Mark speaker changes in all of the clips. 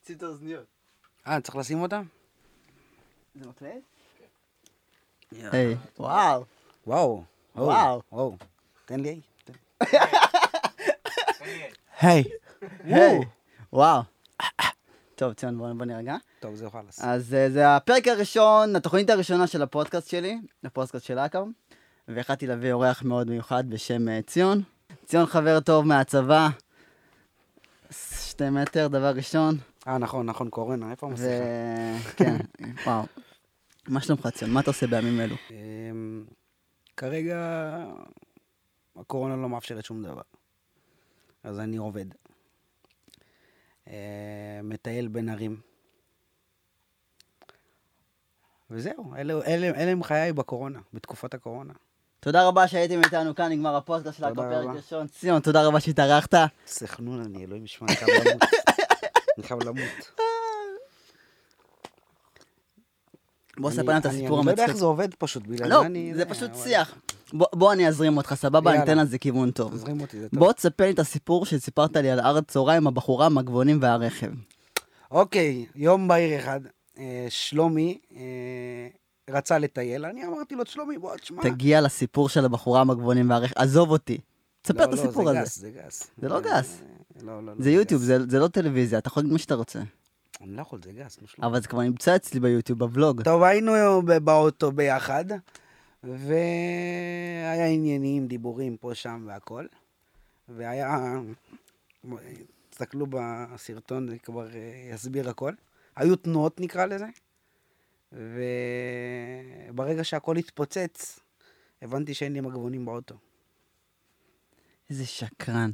Speaker 1: תוציא את האוזניות.
Speaker 2: אה, צריך לשים אותה?
Speaker 3: זה מקלט?
Speaker 2: יא.
Speaker 3: היי. וואו.
Speaker 2: וואו.
Speaker 3: וואו.
Speaker 2: וואו. תן לי. תן.
Speaker 3: היי.
Speaker 2: היי.
Speaker 3: וואו. טוב, ציון, בוא בוא נירגע.
Speaker 2: טוב, זהו חלאס.
Speaker 3: אז אה, זה הפרק הראשון, התוכנית הראשונה של הפודקאסט שלי, הפודקאסט של אכ"ם, והחלטתי להביא אורח מאוד מיוחד בשם אה, ציון. ציון חבר טוב מהצבא, שתי מטר, דבר ראשון.
Speaker 2: אה, נכון, נכון, קורונה, איפה
Speaker 3: ו...
Speaker 2: המסכה?
Speaker 3: כן, וואו. מה שלומך, ציון? מה אתה עושה בימים אלו?
Speaker 2: אמ, כרגע הקורונה לא מאפשרת שום דבר, אז אני עובד. אה, מטייל בין ערים. וזהו, אלה, אלה, אלה הם חיי בקורונה, בתקופת הקורונה.
Speaker 3: תודה רבה שהייתם איתנו כאן, נגמר הפודקאסט של אכ"ם,
Speaker 2: תודה
Speaker 3: פרק
Speaker 2: רבה.
Speaker 3: ראשון. ציון, תודה רבה שהתארחת.
Speaker 2: סחנון אני, אלוהים ישמע, אני חייב למות. אני חייב למות.
Speaker 3: בוא ספר
Speaker 2: אני-
Speaker 3: לנו את
Speaker 2: אני-
Speaker 3: הסיפור
Speaker 2: אני לא יודע איך
Speaker 3: המצחיק.
Speaker 2: זה עובד פשוט, בגלל
Speaker 3: לא,
Speaker 2: אני... אה,
Speaker 3: זה פשוט
Speaker 2: אבל-
Speaker 3: שיח. בוא- בוא אני אזרים אותך, סבבה? אני
Speaker 2: יאללה.
Speaker 3: אתן לזה כיוון טוב.
Speaker 2: תזרים אותי, זה טוב.
Speaker 3: בוא תספר לי את הסיפור שסיפרת לי על הר הצהריים, הבחורה, המגבונים והרכב.
Speaker 2: אוקיי, יום בהיר אחד, אה, שלומי אה, רצה לטייל, אני אמרתי לו, שלומי, בוא, תשמע.
Speaker 3: תגיע לסיפור של הבחורה, המגבונים והרכב. עזוב אותי. תספר
Speaker 2: לא,
Speaker 3: את הסיפור
Speaker 2: לא, זה
Speaker 3: הזה.
Speaker 2: גס, זה גס.
Speaker 3: זה לא גס.
Speaker 2: אה, לא, לא, לא,
Speaker 3: זה יוטיוב,
Speaker 2: גס.
Speaker 3: זה זה לא טלוויזיה, אתה יכול להגיד מה שאתה רוצה.
Speaker 2: אני לא יכול, זה גס, נו שלומי.
Speaker 3: אבל זה כבר נמצא אצלי ביוטיוב, בבלוג.
Speaker 2: טוב, היינו ב- באוטו ביחד, והיה עניינים, דיבורים פה, שם והכל. והיה... תסתכלו בסרטון, זה כבר אה, יסביר הכל. היו תנועות נקרא לזה, וברגע שהכל התפוצץ, הבנתי שאין לי מגבונים באוטו.
Speaker 3: איזה שקרן.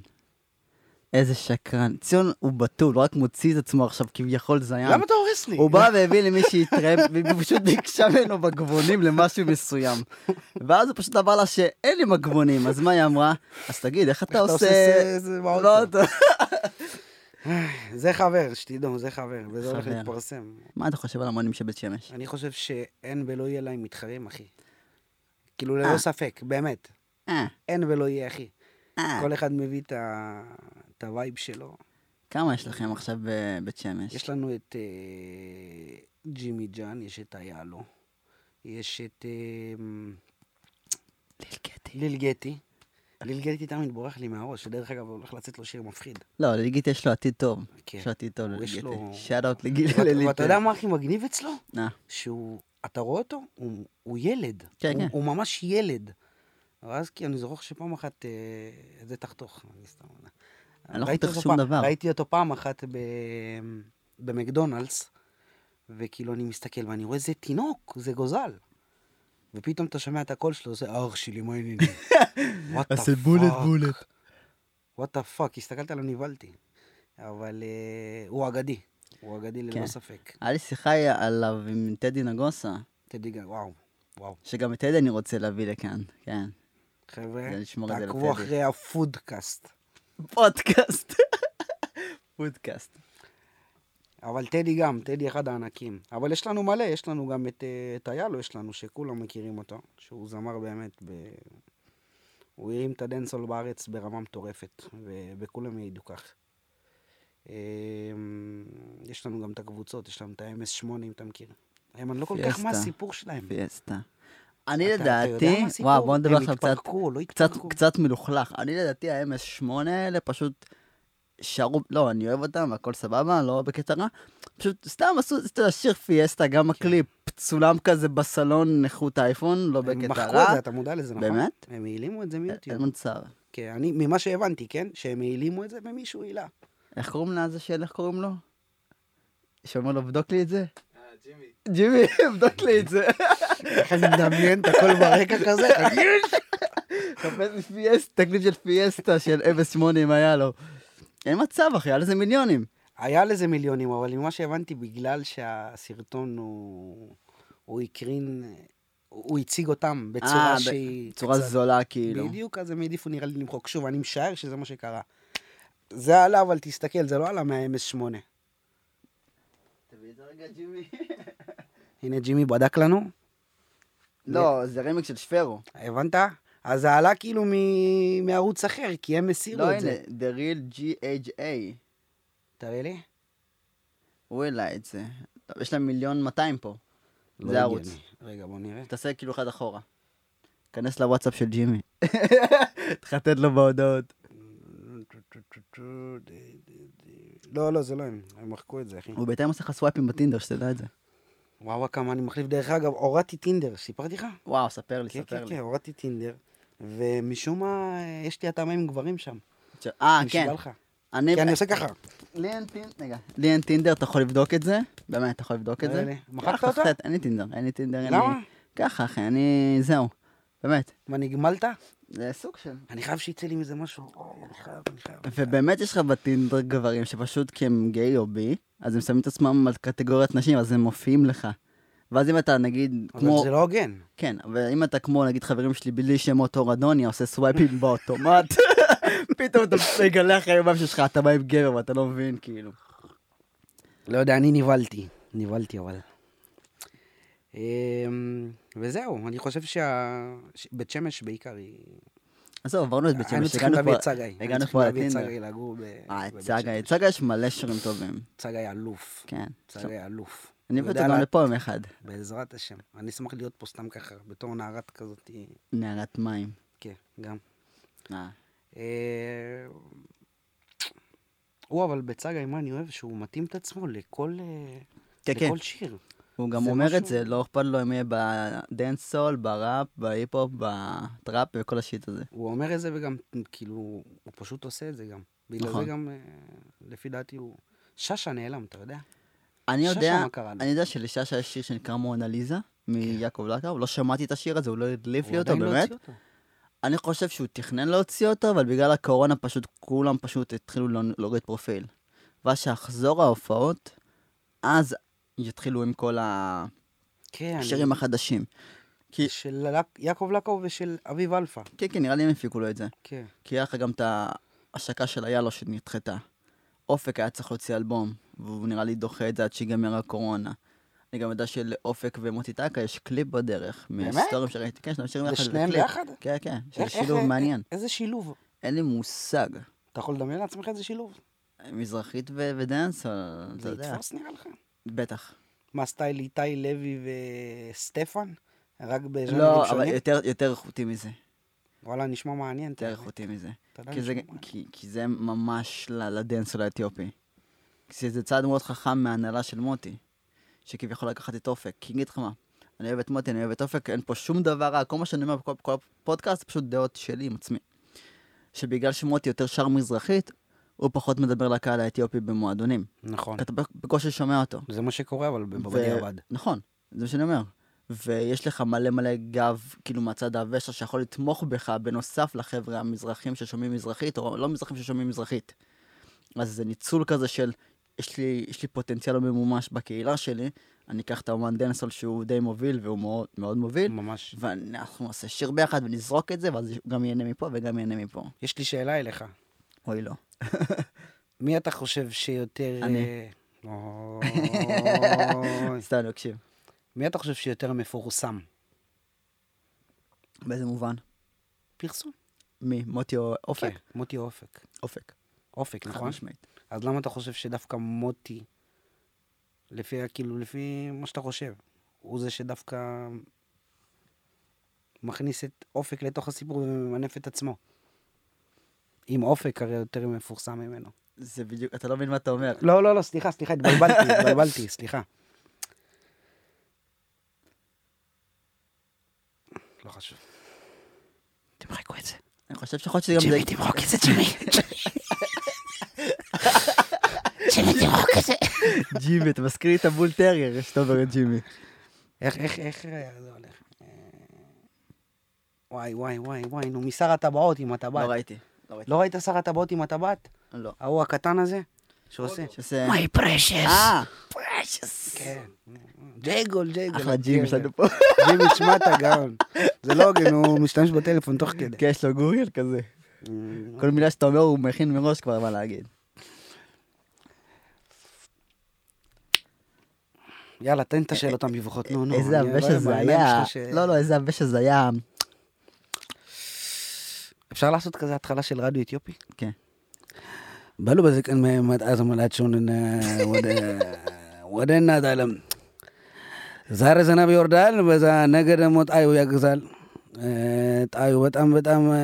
Speaker 3: איזה שקרן. ציון הוא בתול, הוא רק מוציא את עצמו עכשיו כביכול זיין.
Speaker 2: למה אתה הורס לי?
Speaker 3: הוא בא והביא למי שהתראה, והיא פשוט ביקשה ממנו מגבונים למשהו מסוים. ואז הוא פשוט אמר לה שאין לי מגבונים, אז מה היא אמרה? אז תגיד, איך אתה
Speaker 2: אתה
Speaker 3: עושה...
Speaker 2: עושה זה- זה באוטו?"
Speaker 3: לא, אתה-
Speaker 2: זה חבר, שתדעו, זה חבר, וזה הולך
Speaker 3: חבר.
Speaker 2: להתפרסם.
Speaker 3: מה אתה חושב על המונים שבית שמש?
Speaker 2: אני חושב שאין ולא יהיה להם מתחרים, אחי. כאילו,
Speaker 3: אה.
Speaker 2: ללא ספק, באמת.
Speaker 3: אה,
Speaker 2: אין ולא יהיה, אחי.
Speaker 3: אה.
Speaker 2: כל אחד מביא את ה... את הווייב שלו.
Speaker 3: כמה יש לכם עכשיו בבית שמש?
Speaker 2: יש לנו את אה, ג'ימי ג'אן, יש את היאלו, יש את אה,
Speaker 3: ליל קטי.
Speaker 2: ליל גטי. ליל גטי תמיד בורח לי מהראש, שדרך אגב הולך לצאת לו שיר מפחיד.
Speaker 3: לא, לליגית יש לו עתיד טוב.
Speaker 2: כן.
Speaker 3: יש לו עתיד טוב
Speaker 2: הוא, יש
Speaker 3: לליגית.
Speaker 2: לו-
Speaker 3: שאט אאוט לגיל
Speaker 2: ואת- ואתה יודע מה הכי מגניב אצלו?
Speaker 3: מה?
Speaker 2: שהוא, אתה רואה אותו? הוא, הוא ילד.
Speaker 3: כן,
Speaker 2: הוא,
Speaker 3: כן.
Speaker 2: הוא ממש ילד. ואז כי אני זוכר שפעם אחת, אה, את זה תחתוך, אני סתם...
Speaker 3: אני לא
Speaker 2: ראיתי
Speaker 3: חותך
Speaker 2: אותו
Speaker 3: שום
Speaker 2: פעם-
Speaker 3: דבר.
Speaker 2: ראיתי אותו פעם אחת ב... במקדונלדס, וכאילו אני מסתכל ואני רואה, זה תינוק, זה גוזל. ופתאום אתה שומע את הקול שלו, זה אח שלי, מה העניינים? וואט דה
Speaker 3: עושה בולט, בולט.
Speaker 2: וואט דה פאק, הסתכלת עליו, נבהלתי. אבל אה, הוא אגדי, הוא אגדי
Speaker 3: כן.
Speaker 2: ללא ספק.
Speaker 3: היה לי שיחה עליו עם טדי נגוסה,
Speaker 2: תדעי גם, וואו, וואו.
Speaker 3: שגם את טדי אני רוצה להביא לכאן, כן.
Speaker 2: חבר'ה,
Speaker 3: זה לשמור את זה
Speaker 2: תעקבו
Speaker 3: לטדי.
Speaker 2: אחרי הפודקאסט.
Speaker 3: פודקאסט. פודקאסט.
Speaker 2: אבל טדי גם, טדי אחד הענקים. אבל יש לנו מלא, יש לנו גם את, אה, את איילו, יש לנו, שכולם מכירים אותו, שהוא זמר באמת, ב... הוא הרים את הדנסול בארץ ברמה מטורפת, וכולם יעידו כך. אה, יש לנו גם את הקבוצות, יש לנו את ה-MS8, אם אתה מכיר. הם, אני לא כל כך
Speaker 3: פיאסטה.
Speaker 2: מה הסיפור שלהם.
Speaker 3: פיאסטה. אני
Speaker 2: אתה- אתה יודע
Speaker 3: לדעתי,
Speaker 2: מה הסיפור?
Speaker 3: וואו, בוא נדבר
Speaker 2: הם
Speaker 3: עכשיו קצת,
Speaker 2: התפרקו, לא
Speaker 3: קצת,
Speaker 2: התפרקו.
Speaker 3: קצת מלוכלך. אני לדעתי ה-MS8 האלה פשוט שרו, לא, אני אוהב אותם, הכל סבבה, לא בקטע רע. פשוט סתם עשו, אתה יודע, שיר פיאסטה,
Speaker 2: כן.
Speaker 3: גם הקליפ, צולם כזה בסלון איכות אייפון, לא
Speaker 2: הם
Speaker 3: בקטע
Speaker 2: מחקו את
Speaker 3: רע.
Speaker 2: זה, אתה מודע לזה, נכון?
Speaker 3: באמת? אה,
Speaker 2: הם העלימו את זה
Speaker 3: אין
Speaker 2: מיוטיוב.
Speaker 3: מצב.
Speaker 2: כן, אני, ממה שהבנתי, כן? שהם העלימו את זה ומישהו העלה.
Speaker 3: איך קוראים לזה של, איך קוראים לו? שאומר לו, בדוק לי את זה? ג'ימי, בדוק לי את זה.
Speaker 2: איך אני מדמיין את הכל ברקע כזה?
Speaker 3: חפש לי פיאסטה, תקליט של פיאסטה של 08 אם היה לו. אין מצב, אחי, היה לזה מיליונים.
Speaker 2: היה לזה מיליונים, אבל ממה שהבנתי, בגלל שהסרטון הוא... הוא הקרין... הוא הציג אותם
Speaker 3: אה,
Speaker 2: בצורה
Speaker 3: ב-
Speaker 2: שהיא...
Speaker 3: בצורה
Speaker 2: קצת-
Speaker 3: זולה, כאילו.
Speaker 2: בדיוק, אז הם העדיפו נראה לי למחוק. שוב, אני משער שזה מה שקרה. זה עלה, אבל תסתכל, זה לא עלה מה-MS8. הנה, ג'ימי בדק לנו,
Speaker 3: לא, זה רמיק של שפרו.
Speaker 2: הבנת? אז זה עלה כאילו מ- מערוץ אחר, כי הם
Speaker 3: לא,
Speaker 2: הסירו את
Speaker 3: הנה,
Speaker 2: זה.
Speaker 3: The Real GHA.
Speaker 2: תראה לי.
Speaker 3: הוא העלה את זה. טוב, יש להם מיליון 200 פה.
Speaker 2: לא
Speaker 3: זה ערוץ.
Speaker 2: הגיוני. רגע, בוא נראה.
Speaker 3: תעשה כאילו אחד אחורה. כנס לוואטסאפ של ג'ימי. תחטט לו בהודעות.
Speaker 2: לא, לא, זה לא הם. הם מחקו את זה, אחי.
Speaker 3: הוא בינתיים עושה לך סווייפים בטינדר, שתדע את זה.
Speaker 2: וואו, וואו, כמה אני מחליף. דרך אגב, הורדתי טינדר, סיפרתי לך?
Speaker 3: וואו, ספר לי,
Speaker 2: כן,
Speaker 3: ספר
Speaker 2: כן,
Speaker 3: לי.
Speaker 2: כן, הורדתי טינדר, ומשום מה, אה, יש לי התאמה עם גברים שם.
Speaker 3: אה,
Speaker 2: אני
Speaker 3: כן.
Speaker 2: נשבע לך.
Speaker 3: אני...
Speaker 2: כי אני עושה ככה.
Speaker 3: לי אין טינדר, רגע. לי אין טינדר, אתה יכול לבדוק את זה? באמת, אתה יכול לבדוק את
Speaker 2: אה,
Speaker 3: זה?
Speaker 2: הנה, מחקת
Speaker 3: ככה,
Speaker 2: אותה?
Speaker 3: תחטט, אין לי טינדר, אין לי טינדר, אין לי...
Speaker 2: למה?
Speaker 3: ככה, אחי, אני... זהו. באמת.
Speaker 2: מה, נגמלת?
Speaker 3: זה סוג של...
Speaker 2: אני חייב שיצא לי מזה משהו. אוי, אני חייב, אני חייב.
Speaker 3: ובאמת יש לך בטינדר גברים שפשוט כי הם גיי או בי, אז הם שמים את עצמם על קטגוריית נשים, אז הם מופיעים לך. ואז אם אתה נגיד
Speaker 2: אבל
Speaker 3: כמו...
Speaker 2: זה לא הוגן.
Speaker 3: כן, אבל אם אתה כמו נגיד חברים שלי בלי שמות אור אדוניה, עושה סווייפים באוטומט, פתאום אתה מגלה אחרי יומם שלך, אתה בא עם גבר ואתה לא מבין, כאילו.
Speaker 2: לא יודע, אני נבהלתי. נבהלתי, אבל. אמ, וזהו, אני חושב שבית שמש בעיקר היא...
Speaker 3: עזוב, עברנו את בית
Speaker 2: היינו
Speaker 3: שמש,
Speaker 2: צריכים
Speaker 3: הגענו
Speaker 2: להביא את
Speaker 3: כבר...
Speaker 2: צגאי. היינו
Speaker 3: הגענו
Speaker 2: צריכים
Speaker 3: כבר
Speaker 2: להביא את
Speaker 3: לטינדר.
Speaker 2: צגאי לגור ב...
Speaker 3: אה,
Speaker 2: בבית
Speaker 3: צגה, צגה יש מלא שירים טובים,
Speaker 2: שמש. צגאי אלוף.
Speaker 3: כן.
Speaker 2: צגאי אלוף.
Speaker 3: אני
Speaker 2: הוא
Speaker 3: מביא אותו
Speaker 2: יודע
Speaker 3: גם
Speaker 2: לה-
Speaker 3: לפה יום אחד.
Speaker 2: בעזרת השם. אני אשמח להיות פה סתם ככה, בתור נערת כזאת.
Speaker 3: נערת מים.
Speaker 2: כן, גם.
Speaker 3: אה.
Speaker 2: אה, הוא אבל בצגאי, מה אני אוהב? שהוא מתאים את עצמו לכל, אה,
Speaker 3: כן, כן.
Speaker 2: לכל שיר.
Speaker 3: הוא גם
Speaker 2: זה
Speaker 3: אומר את
Speaker 2: משהו-
Speaker 3: זה, לא אכפת לו אם יהיה בדנסול, בראפ, בהיפ-הופ, בטראפ, בכל השיט הזה.
Speaker 2: הוא אומר את זה וגם, כאילו, הוא פשוט עושה את זה גם. בגלל
Speaker 3: נכון.
Speaker 2: זה גם, אה, לפי דעתי, הוא... שאשא נעלם, אתה יודע?
Speaker 3: אני
Speaker 2: שאשא,
Speaker 3: יודע,
Speaker 2: מה קרה לו? כן.
Speaker 3: אני יודע שלשאשא יש שיר שנקרא מונליזה, מיעקב לקאב, לא שמעתי את השיר הזה, הוא לא הדליף לי
Speaker 2: הוא
Speaker 3: אותו,
Speaker 2: עדיין לא
Speaker 3: באמת.
Speaker 2: הוציא אותו.
Speaker 3: אני חושב שהוא תכנן להוציא אותו, אבל בגלל הקורונה פשוט כולם פשוט התחילו לא- להוריד פרופיל. ואז שיחזור ההופעות, אז יתחילו עם כל
Speaker 2: כן,
Speaker 3: השירים החדשים. כי,
Speaker 2: של לק- יעקב לקו ושל אביב אלפא.
Speaker 3: כן, כן, נראה לי הם הפיקו לו את זה.
Speaker 2: כן.
Speaker 3: כי היה לך גם את ההשקה של איילו שנדחתה. אופק היה צריך להוציא אלבום, והוא נראה לי דוחה את זה עד שיגמר הקורונה. אני גם יודע שלאופק ומוטי טקה יש קליפ בדרך.
Speaker 2: באמת?
Speaker 3: מהסטורים שראיתי, כן, שניהם שירים יחד. זה
Speaker 2: לשניהם
Speaker 3: קליפ.
Speaker 2: ביחד?
Speaker 3: כן, כן, שזה
Speaker 2: איך-
Speaker 3: שילוב
Speaker 2: איך-
Speaker 3: מעניין.
Speaker 2: איזה שילוב?
Speaker 3: אין לי מושג.
Speaker 2: אתה יכול לדמיין לעצמך איזה שילוב?
Speaker 3: מזרחית ו- ודנס, אבל אתה
Speaker 2: זה
Speaker 3: יודע.
Speaker 2: יתפוס נראה לך?
Speaker 3: בטח.
Speaker 2: מה, סטייל איתי לוי וסטפן? רק בז'אנרים
Speaker 3: לא, אבל
Speaker 2: שונים?
Speaker 3: יותר- יותר איכותי מזה.
Speaker 2: וואלה, נשמע מעניין.
Speaker 3: יותר
Speaker 2: אתה-
Speaker 3: איכותי מזה.
Speaker 2: אתה יודע,
Speaker 3: כי זה-
Speaker 2: נשמע מעניין.
Speaker 3: כי- כי זה ממש ל- לדנסול האתיופי. כי זה צעד מאוד חכם מההנהלה של מוטי, שכביכול לקחת את אופק. כי אני אגיד לך מה, אני אוהב את מוטי, אני אוהב את אופק, אין פה שום דבר רע, כל מה שאני אומר בכל כל הפודקאסט זה פשוט דעות שלי עם עצמי. שבגלל שמוטי יותר שר מזרחית, הוא פחות מדבר לקהל האתיופי במועדונים.
Speaker 2: נכון.
Speaker 3: אתה בק- בקושי שומע אותו.
Speaker 2: זה מה שקורה, אבל
Speaker 3: ו-
Speaker 2: בדיעבד.
Speaker 3: נכון, זה מה שאני אומר. ויש לך מלא מלא גב, כאילו, מהצד העבה שלך, שיכול לתמוך בך, בנוסף לחבר'ה המזרחים ששומעים מזרחית, או לא מזרחים ששומעים מזרחית. אז זה ניצול כזה של, יש לי, יש לי פוטנציאל לא ממומש בקהילה שלי, אני אקח את האומן דנסול שהוא די מוביל, והוא מאוד, מאוד מוביל,
Speaker 2: ממש.
Speaker 3: ואנחנו נעשה שיר ביחד ונזרוק את זה, ואז הוא גם ייהנה מפה וגם ייהנה מפה.
Speaker 2: יש לי שאלה אליך.
Speaker 3: אוי לא.
Speaker 2: מי אתה חושב שיותר...
Speaker 3: אני.
Speaker 2: אה, אוי.
Speaker 3: סתם, אני אקשיב.
Speaker 2: מי אתה חושב שיותר מפורסם?
Speaker 3: באיזה מובן?
Speaker 2: פרסום.
Speaker 3: מי? מוטי או אופק?
Speaker 2: כן, מוטי או אופק.
Speaker 3: אופק.
Speaker 2: אופק,
Speaker 3: חד
Speaker 2: נכון?
Speaker 3: משמעית.
Speaker 2: אז למה אתה חושב שדווקא מוטי, לפי, ה- כאילו, לפי מה שאתה חושב, הוא זה שדווקא מכניס את אופק לתוך הסיפור וממנף את עצמו? אם אופק הרי יותר מפורסם ממנו.
Speaker 3: זה בדיוק, אתה לא מבין מה אתה אומר.
Speaker 2: לא, לא, לא, סליחה, סליחה, התבלבלתי, התבלבלתי, סליחה. לא חשוב. תמחקו את זה.
Speaker 3: אני חושב שיכול להיות שגם זה...
Speaker 4: ג'ימי, תמחוק את זה, ג'ימי. ג'ימי, תמחוק את זה.
Speaker 3: ג'ימי, אתה מזכיר לי את הבול טרייר שאתה אומר את ג'ימי.
Speaker 2: איך, איך, איך אה, זה הולך? אה, וואי, וואי, וואי, וואי, נו, משר הטבעות עם
Speaker 3: לא
Speaker 2: הטבעת.
Speaker 3: ראיתי. לא ראיתי.
Speaker 2: לא ראית שר הטבעות עם הטבעת?
Speaker 3: לא.
Speaker 2: ההוא הקטן הזה? שעושה?
Speaker 3: שעושה...
Speaker 4: My precious.
Speaker 3: אה,
Speaker 4: precious.
Speaker 2: כן. ג'ייגול, ג'ייגול. כן,
Speaker 3: אחלה לא ג'ימי שלנו פה.
Speaker 2: ג'ימי, שמע אתה גאון. זה לא הוגן, הוא משתמש בטלפון תוך כדי.
Speaker 3: כן, יש לו גוגל כזה.
Speaker 2: אה,
Speaker 3: כל מילה שאתה אומר הוא מכין מראש כבר מה להגיד.
Speaker 2: יאללה, תן את השאלות המבוכות, נו, נו.
Speaker 3: איזה
Speaker 2: אני
Speaker 3: הווה
Speaker 2: רואה
Speaker 3: שזה
Speaker 2: בעיניים
Speaker 3: היה.
Speaker 2: שלך ש-
Speaker 3: לא, לא, איזה הווה שזה היה.
Speaker 2: אפשר לעשות כזה התחלה של רדיו אתיופי?
Speaker 3: כן.
Speaker 2: בלו בזקן מאז המולד שונן... ወደ እናት ዓለም ዛሬ ዝናብ ይወርዳል፣ በዛ ነገ ደግሞ ጣዩ ያግዛል። እ፣ ጣዩ በጣም በጣም እ፣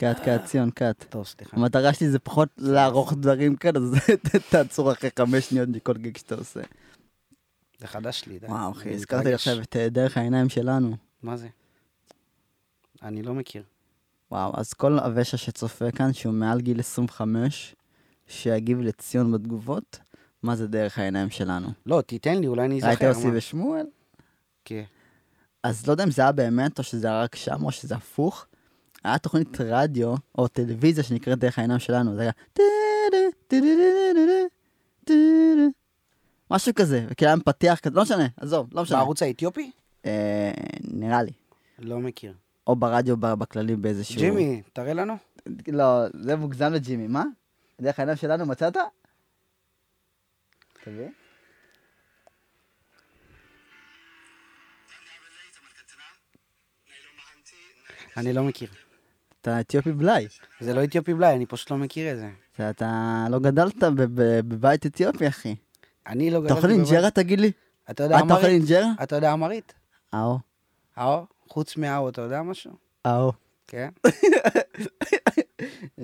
Speaker 3: קאט, קאט, ציון, קאט.
Speaker 2: טוב, סליחה.
Speaker 3: המטרה שלי זה פחות לערוך דברים כאלה, אז תעצור אחרי חמש שניות מכל גיג שאתה עושה.
Speaker 2: זה חדש לי. די.
Speaker 3: וואו, אחי,
Speaker 2: אני
Speaker 3: הזכרת לי
Speaker 2: מתרגש.
Speaker 3: עכשיו את אה, דרך העיניים שלנו.
Speaker 2: מה זה? אני לא מכיר.
Speaker 3: וואו, אז כל הוושע שצופה כאן, שהוא מעל גיל 25, שיגיב לציון בתגובות, מה זה דרך העיניים שלנו.
Speaker 2: לא, תיתן לי, אולי אני אזכר.
Speaker 3: ראית יוסי
Speaker 2: מה-
Speaker 3: ושמואל?
Speaker 2: כן.
Speaker 3: אז לא יודע אם זה היה באמת, או שזה היה רק שם, או שזה הפוך. היה תוכנית רדיו, או טלוויזיה, שנקראת דרך העיניים שלנו. זה היה... טה-דה, טה-דה-דה-דה-דה, טה-דה. משהו כזה, וכאילו היה מפתח כזה, לא משנה, עזוב, לא משנה.
Speaker 2: בערוץ האתיופי?
Speaker 3: אה, נראה לי.
Speaker 2: לא מכיר.
Speaker 3: או ברדיו ב- בכללי באיזשהו...
Speaker 2: ג'ימי, תראה לנו.
Speaker 3: לא, זה מוגזם לג'ימי, מה? דרך העיניים שלנו מצאת? תביא.
Speaker 2: אני לא מכיר.
Speaker 3: אתה אתיופי בלאי.
Speaker 2: זה לא אתיופי בלאי, אני פשוט לא מכיר את זה.
Speaker 3: אתה- אתה לא גדלת ב- ב- בבית אתיופי, אחי.
Speaker 2: אני לא
Speaker 3: אתה
Speaker 2: גדלתי
Speaker 3: אוכל
Speaker 2: בבית-
Speaker 3: אינג'רה, תגיד לי? אה,
Speaker 2: אתה יודע
Speaker 3: אתה אוכל
Speaker 2: אמרית?
Speaker 3: אינג'רה?
Speaker 2: אתה יודע אמרית?
Speaker 3: אהו.
Speaker 2: האו? חוץ מהאו, אתה יודע משהו?
Speaker 3: אהו.
Speaker 2: כן.
Speaker 3: אני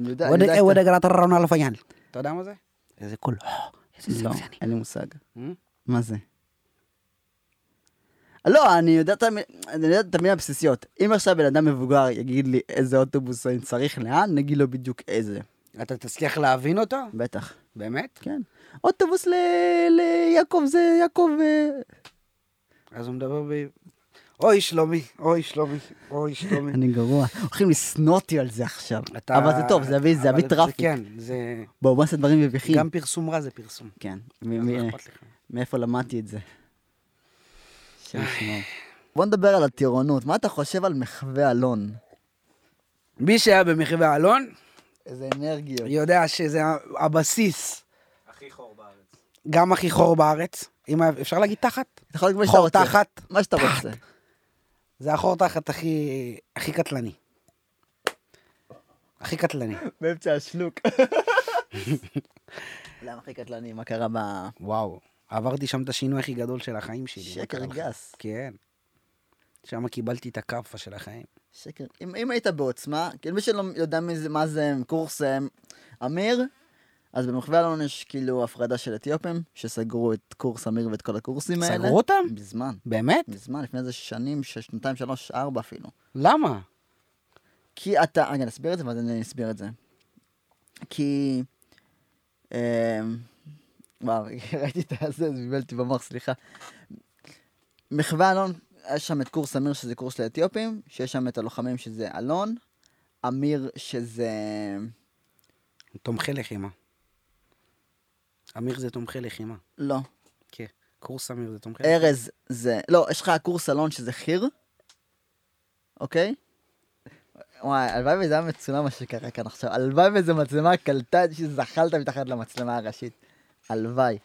Speaker 3: יודע, אני יודע. קצת.
Speaker 2: גרת רונה לפייאן. אתה יודע מה זה? איזה קול.
Speaker 3: לא, אין לי מושג.
Speaker 2: אמ?
Speaker 3: מה זה? לא, אני יודע את המ- אני יודע את המילים הבסיסיות. אם עכשיו בן אדם מבוגר יגיד לי איזה אוטובוס אני צריך לאן, נגיד לו בדיוק איזה.
Speaker 2: אתה תצליח להבין אותו?
Speaker 3: בטח.
Speaker 2: באמת?
Speaker 3: כן. אוטובוס ל- ליעקב זה יעקב... אה,
Speaker 2: אז הוא מדבר ב... אוי, שלומי, אוי, שלומי, אוי, שלומי.
Speaker 3: אני גרוע. הולכים לשנוא אותי על זה עכשיו.
Speaker 2: אתה-
Speaker 3: אבל זה טוב, זה יביא- זה
Speaker 2: אבל
Speaker 3: יביא טראפיק.
Speaker 2: כן, זה...
Speaker 3: בואו, בוא נעשה דברים מביכים.
Speaker 2: גם פרסום רע זה פרסום.
Speaker 3: כן.
Speaker 2: אז
Speaker 3: מ-
Speaker 2: לא
Speaker 3: מ-
Speaker 2: אכפת לך.
Speaker 3: מאיפה למדתי את זה? השם ישמור. בוא נדבר על הטירונות. מה אתה חושב על מחווה אלון?
Speaker 2: מי שהיה במחווה אלון,
Speaker 3: איזה אנרגיות.
Speaker 2: יודע שזה הבסיס. גם הכי חור בארץ. אם ה- אפשר להגיד תחת?
Speaker 3: אתה יכול להגיד מה שאתה
Speaker 2: חור
Speaker 3: רוצה.
Speaker 2: תחת.
Speaker 3: מה שאתה רוצה.
Speaker 2: זה החור תחת הכי, הכי קטלני. הכי קטלני.
Speaker 3: באמצע השלוק. למה הכי קטלני? מה קרה ב...
Speaker 2: וואו, עברתי שם את השינוי הכי גדול של החיים שלי. מה
Speaker 3: שקר
Speaker 2: קרה לך?
Speaker 3: גס.
Speaker 2: כן. שם קיבלתי את הכאפה של החיים.
Speaker 3: שקר. אם, אם היית בעוצמה, כאילו מי שלא יודע מי זה, מה זה קורס אה, אמיר, אז במחווה אלון יש כאילו הפרדה של אתיופים, שסגרו את קורס אמיר ואת כל הקורסים האלה.
Speaker 2: סגרו אותם?
Speaker 3: מזמן.
Speaker 2: באמת?
Speaker 3: מזמן, לפני איזה שנים, ש- שנתיים, שלוש, ארבע אפילו.
Speaker 2: למה?
Speaker 3: כי אתה, רגע, נסביר את זה ואז אני אסביר את זה. כי... אה, וואו, ראיתי את הזה, אז בלבלתי במוח, סליחה. מחווה אלון, יש שם את קורס אמיר, שזה קורס לאתיופים, שיש שם את הלוחמים, שזה אלון, אמיר, שזה...
Speaker 2: תומכי לחימה. אמיר זה תומכי לחימה.
Speaker 3: לא,
Speaker 2: כן. קורס אמיר זה תומכי לחימה.
Speaker 3: ארז זה... לא, יש לך קורס אלון שזה חי"ר, אוקיי? וואי, הלוואי וזה היה מצולם מה שקרה כאן עכשיו. הלוואי וזה מצלמה קלטה את שזחלת מתחת למצלמה הראשית. הלוואי.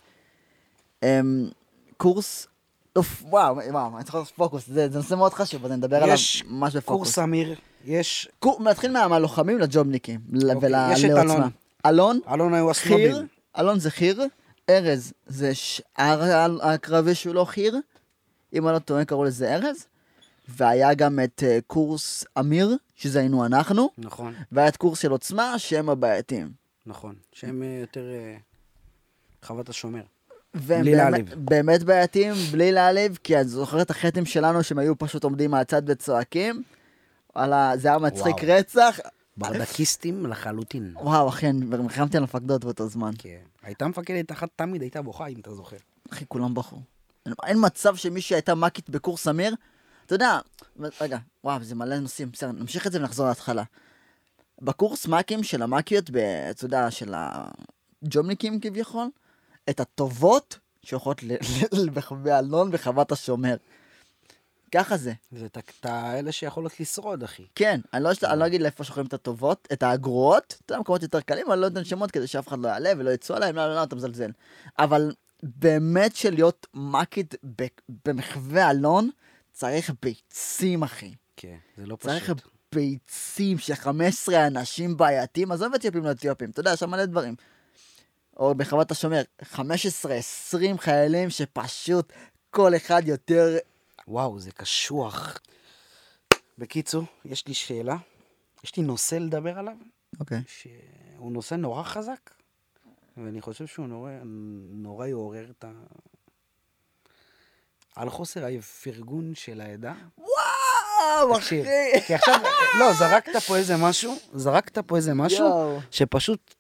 Speaker 3: אמ, קורס... אוף, וואו, וואו, אני צריך לעשות פוקוס, זה, זה נושא מאוד חשוב, אז אני אדבר עליו
Speaker 2: יש
Speaker 3: ממש בפוקוס.
Speaker 2: קורס אמיר, יש...
Speaker 3: קורס... נתחיל מה- מהלוחמים לג'ובניקים, ול-
Speaker 2: אוקיי,
Speaker 3: ול-
Speaker 2: יש את
Speaker 3: לעוצמה.
Speaker 2: אלון.
Speaker 3: אלון,
Speaker 2: אלון היו הסנובים.
Speaker 3: חי"ר, אלון זה חי"ר, ארז זה שאר ה- הקרבי שהוא לא חי"ר, אם אני לא טועה קראו לזה ארז, והיה גם את אה, קורס אמיר, שזה היינו אנחנו,
Speaker 2: נכון,
Speaker 3: והיה את קורס של עוצמה, שהם הבעייתים.
Speaker 2: נכון. שהם אה, יותר... אה, חוות השומר.
Speaker 3: והם
Speaker 2: בלי
Speaker 3: באמת-
Speaker 2: להעליב.
Speaker 3: באמת בעייתים, בלי להעליב, כי את זוכרת את החטים שלנו שהם היו פשוט עומדים מהצד וצועקים? וואלה, זה היה מצחיק
Speaker 2: וואו.
Speaker 3: רצח.
Speaker 2: ברדקיסטים לחלוטין.
Speaker 3: וואו, אחי, אני נלחמתי על המפקדות באותו זמן.
Speaker 2: כן. הייתה מפקדת אחת תמיד הייתה בוכה, אם אתה זוכר.
Speaker 3: אחי, כולם בחרו. אין- אין מצב שמישהי הייתה מ"כית בקורס אמיר, אתה יודע, רגע, וואו, זה מלא נושאים, בסדר, נמשיך את זה ונחזור להתחלה. בקורס מ"כים של המ"כיות, ב- אתה יודע, של הג'ומניקים כביכול, את הטובות שהולכות ל- ל- ל- באלון בחוות השומר. ככה זה.
Speaker 2: זה את ה- את האלה שיכולות לשרוד, אחי.
Speaker 3: כן, אני לא, אני לא
Speaker 2: אה.
Speaker 3: אגיד לאיפה שולחים את הטובות, את הגרועות, אתה יודע, מקומות יותר קלים, אני לא נותן שמות כדי שאף אחד לא יעלה ולא יצאו עליהם, לא, לא, לא, אתה מזלזל. אבל באמת שלהיות מ"כית ב- במחווה אלון, צריך ביצים, אחי.
Speaker 2: כן, זה לא
Speaker 3: צריך
Speaker 2: פשוט.
Speaker 3: ביצים של 15 אנשים בעייתיים, עזוב אתיופים לאתיופים, אתה יודע, יש שם מלא דברים. או בחוות השומר, 15-20 חיילים שפשוט כל אחד יותר...
Speaker 2: וואו, זה קשוח. בקיצור, יש לי שאלה, יש לי נושא לדבר עליו,
Speaker 3: אוקיי.
Speaker 2: שהוא נושא נורא חזק, ואני חושב שהוא נורא, נורא יעורר את ה... על חוסר הפרגון של העדה.
Speaker 3: וואו, אחי!
Speaker 2: תקשיב, כי עכשיו, לא, זרקת פה איזה משהו, זרקת פה איזה משהו,
Speaker 3: יואו.
Speaker 2: שפשוט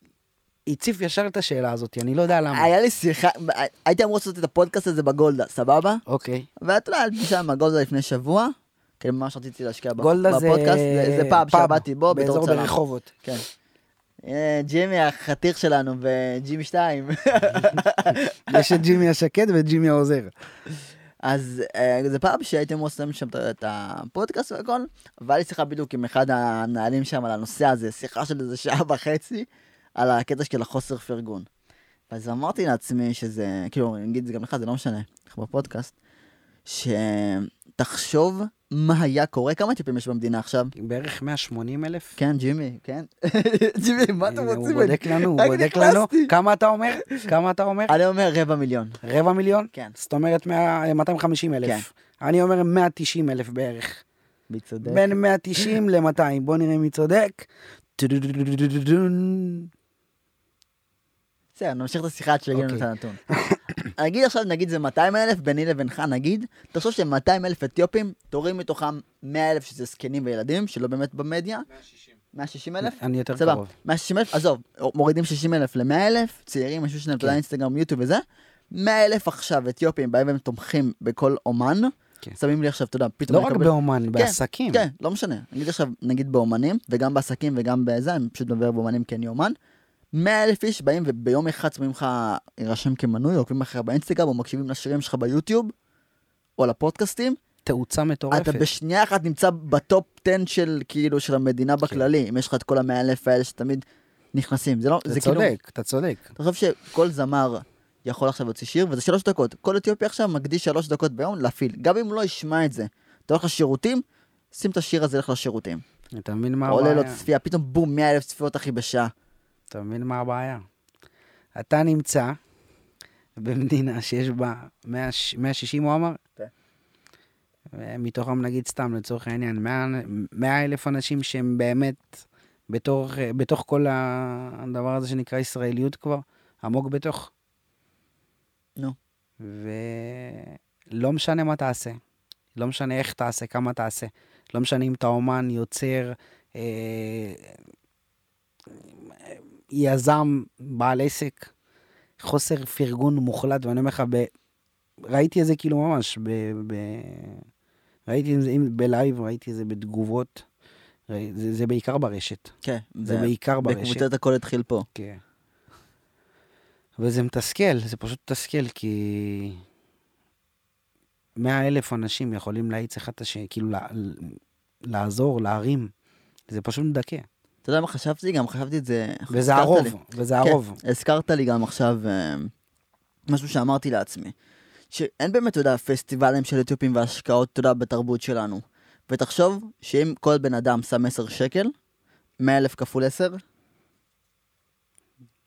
Speaker 2: הציף ישר את השאלה הזאת, אני לא יודע למה.
Speaker 3: היה לי שיחה, הייתי אמור לעשות את הפודקאסט הזה בגולדה, סבבה?
Speaker 2: אוקיי.
Speaker 3: ואתה יודע, היה לי פגישה עם הגולדה לפני שבוע, כי ממש רציתי להשקיע ב-
Speaker 2: גולדה זה...
Speaker 3: בפודקאסט, זה זה פאב שעבדתי בו בתור
Speaker 2: באזור
Speaker 3: צלם.
Speaker 2: ברחובות.
Speaker 3: כן. אה, ג'ימי החתיך שלנו וג'ימי 2.
Speaker 2: יש את ג'ימי השקד ואת ג'ימי העוזר.
Speaker 3: אז אה, זה פעם שהייתם עושים שם את- את הפודקאסט והכל, והיה לי שיחה בדיוק עם אחד המנהלים שם על הנושא הזה, שיחה של איזה שעה וחצי, על הקטע של החוסר פרגון. אז אמרתי לעצמי שזה, כאילו, אני אגיד את זה גם לך, זה לא משנה, אנחנו בפודקאסט, שתחשוב מה היה קורה, כמה טיפים יש במדינה עכשיו?
Speaker 2: בערך 180 אלף.
Speaker 3: כן, ג'ימי, כן. ג'ימי, מה אתם
Speaker 2: הנה,
Speaker 3: רוצים?
Speaker 2: אה, הוא בודק לנו, הוא
Speaker 3: רק
Speaker 2: בודק לנו.
Speaker 3: נכנסתי.
Speaker 2: כמה אתה אומר? כמה אתה אומר?
Speaker 3: אני אומר רבע מיליון.
Speaker 2: רבע מיליון?
Speaker 3: כן.
Speaker 2: זאת אומרת 100 250 אלף. אני אומר 190 אלף בערך.
Speaker 3: בי צודק.
Speaker 2: בין 190 ל-200. בוא נראה מי צודק. טו-דו-דו-דו-דו-דו-דו.
Speaker 3: בסדר, נמשיך את השיחה עד שיגידו לנו את
Speaker 2: אוקיי.
Speaker 3: הנתון. נגיד עכשיו, נגיד זה 200 אלף, ביני לבינך נגיד, תחשוב ש-200 אלף אתיופים, תוריד מתוכם 100 אלף שזה זקנים וילדים, שלא באמת במדיה. 160 אלף?
Speaker 2: אני יותר
Speaker 3: סבבה,
Speaker 2: קרוב.
Speaker 3: 160 אלף, עזוב, מורידים 60 אלף ל-100 אלף, צעירים, ישבו
Speaker 2: כן.
Speaker 3: שלהם, אתה יודע, אינסטגרם, יוטיוב וזה, 100 אלף עכשיו אתיופים, בהם הם תומכים בכל אומן,
Speaker 2: כן.
Speaker 3: שמים לי עכשיו, אתה יודע, פתאום...
Speaker 2: לא
Speaker 3: אני
Speaker 2: רק
Speaker 3: מקבל-
Speaker 2: באומן,
Speaker 3: כן,
Speaker 2: בעסקים.
Speaker 3: כן, לא משנה. נגיד עכשיו, נגיד באומנים, וגם בעסקים וגם בזה, אני פשוט מדבר באומנים כי אני אומן. 100 אלף איש באים וביום אחד שמים לך להירשם כמנוי, עוקבים אחריך באינסטגרם, או מקשיבים לשירים שלך ביוטיוב, או לפודקאסטים,
Speaker 2: תאוצה מטורפת.
Speaker 3: אתה בשנייה אחת נמצא בטופ 10 של כאילו של המדינה
Speaker 2: כן.
Speaker 3: בכללי, אם יש לך את כל המאה אלף האלה שתמיד נכנסים. זה לא,
Speaker 2: אתה
Speaker 3: זה כאילו...
Speaker 2: צודק, אתה צודק.
Speaker 3: אתה חושב שכל זמר יכול עכשיו להוציא שיר, וזה שלוש דקות. כל אתיופי עכשיו מקדיש שלוש דקות ביום להפעיל. גם אם הוא לא ישמע את זה. אתה הולך לשירותים, שים את השיר הזה, לך לשירותים.
Speaker 2: אתה מבין מה
Speaker 3: עולה לו
Speaker 2: הבעיה?
Speaker 3: צפייה, פתאום בום, 100 אלף צפיות אחי בשעה.
Speaker 2: אתה מבין מה הבעיה? אתה נמצא במדינה שיש בה 100 ש- 160, הוא אמר?
Speaker 3: כן.
Speaker 2: מתוכם נגיד סתם, לצורך העניין, 100 100 אלף אנשים שהם באמת בתוך, בתוך כל הדבר הזה שנקרא ישראליות כבר, עמוק בתוך.
Speaker 3: נו.
Speaker 2: ולא משנה מה תעשה, לא משנה איך תעשה, כמה תעשה, לא משנה אם אתה אומן, יוצר, אה, יזם, בעל עסק, חוסר פרגון מוחלט, ואני אומר לך, ב... ראיתי את זה כאילו ממש, ב... ב... ראיתי את זה אם- בלייב, ראיתי את זה בתגובות, ראי- זה, זה בעיקר ברשת,
Speaker 3: כן.
Speaker 2: זה בעיקר ברשת.
Speaker 3: בקבוצת הכל התחיל פה.
Speaker 2: כן. וזה מתסכל, זה פשוט מתסכל, כי 100 אלף אנשים יכולים להאיץ אחד את השני, כאילו לה- לעזור, להרים, זה פשוט מדכא.
Speaker 3: אתה יודע מה חשבתי? גם חשבתי את זה...
Speaker 2: וזה
Speaker 3: הזכרת
Speaker 2: הרוב,
Speaker 3: לי.
Speaker 2: וזה הרוב.
Speaker 3: כן, הזכרת לי גם עכשיו אה, משהו שאמרתי לעצמי, שאין באמת, אתה יודע, פסטיבלים של אתיופים והשקעות, אתה יודע, בתרבות שלנו. ותחשוב שאם כל בן אדם שם 10 שקל, 100 אלף כפול 10,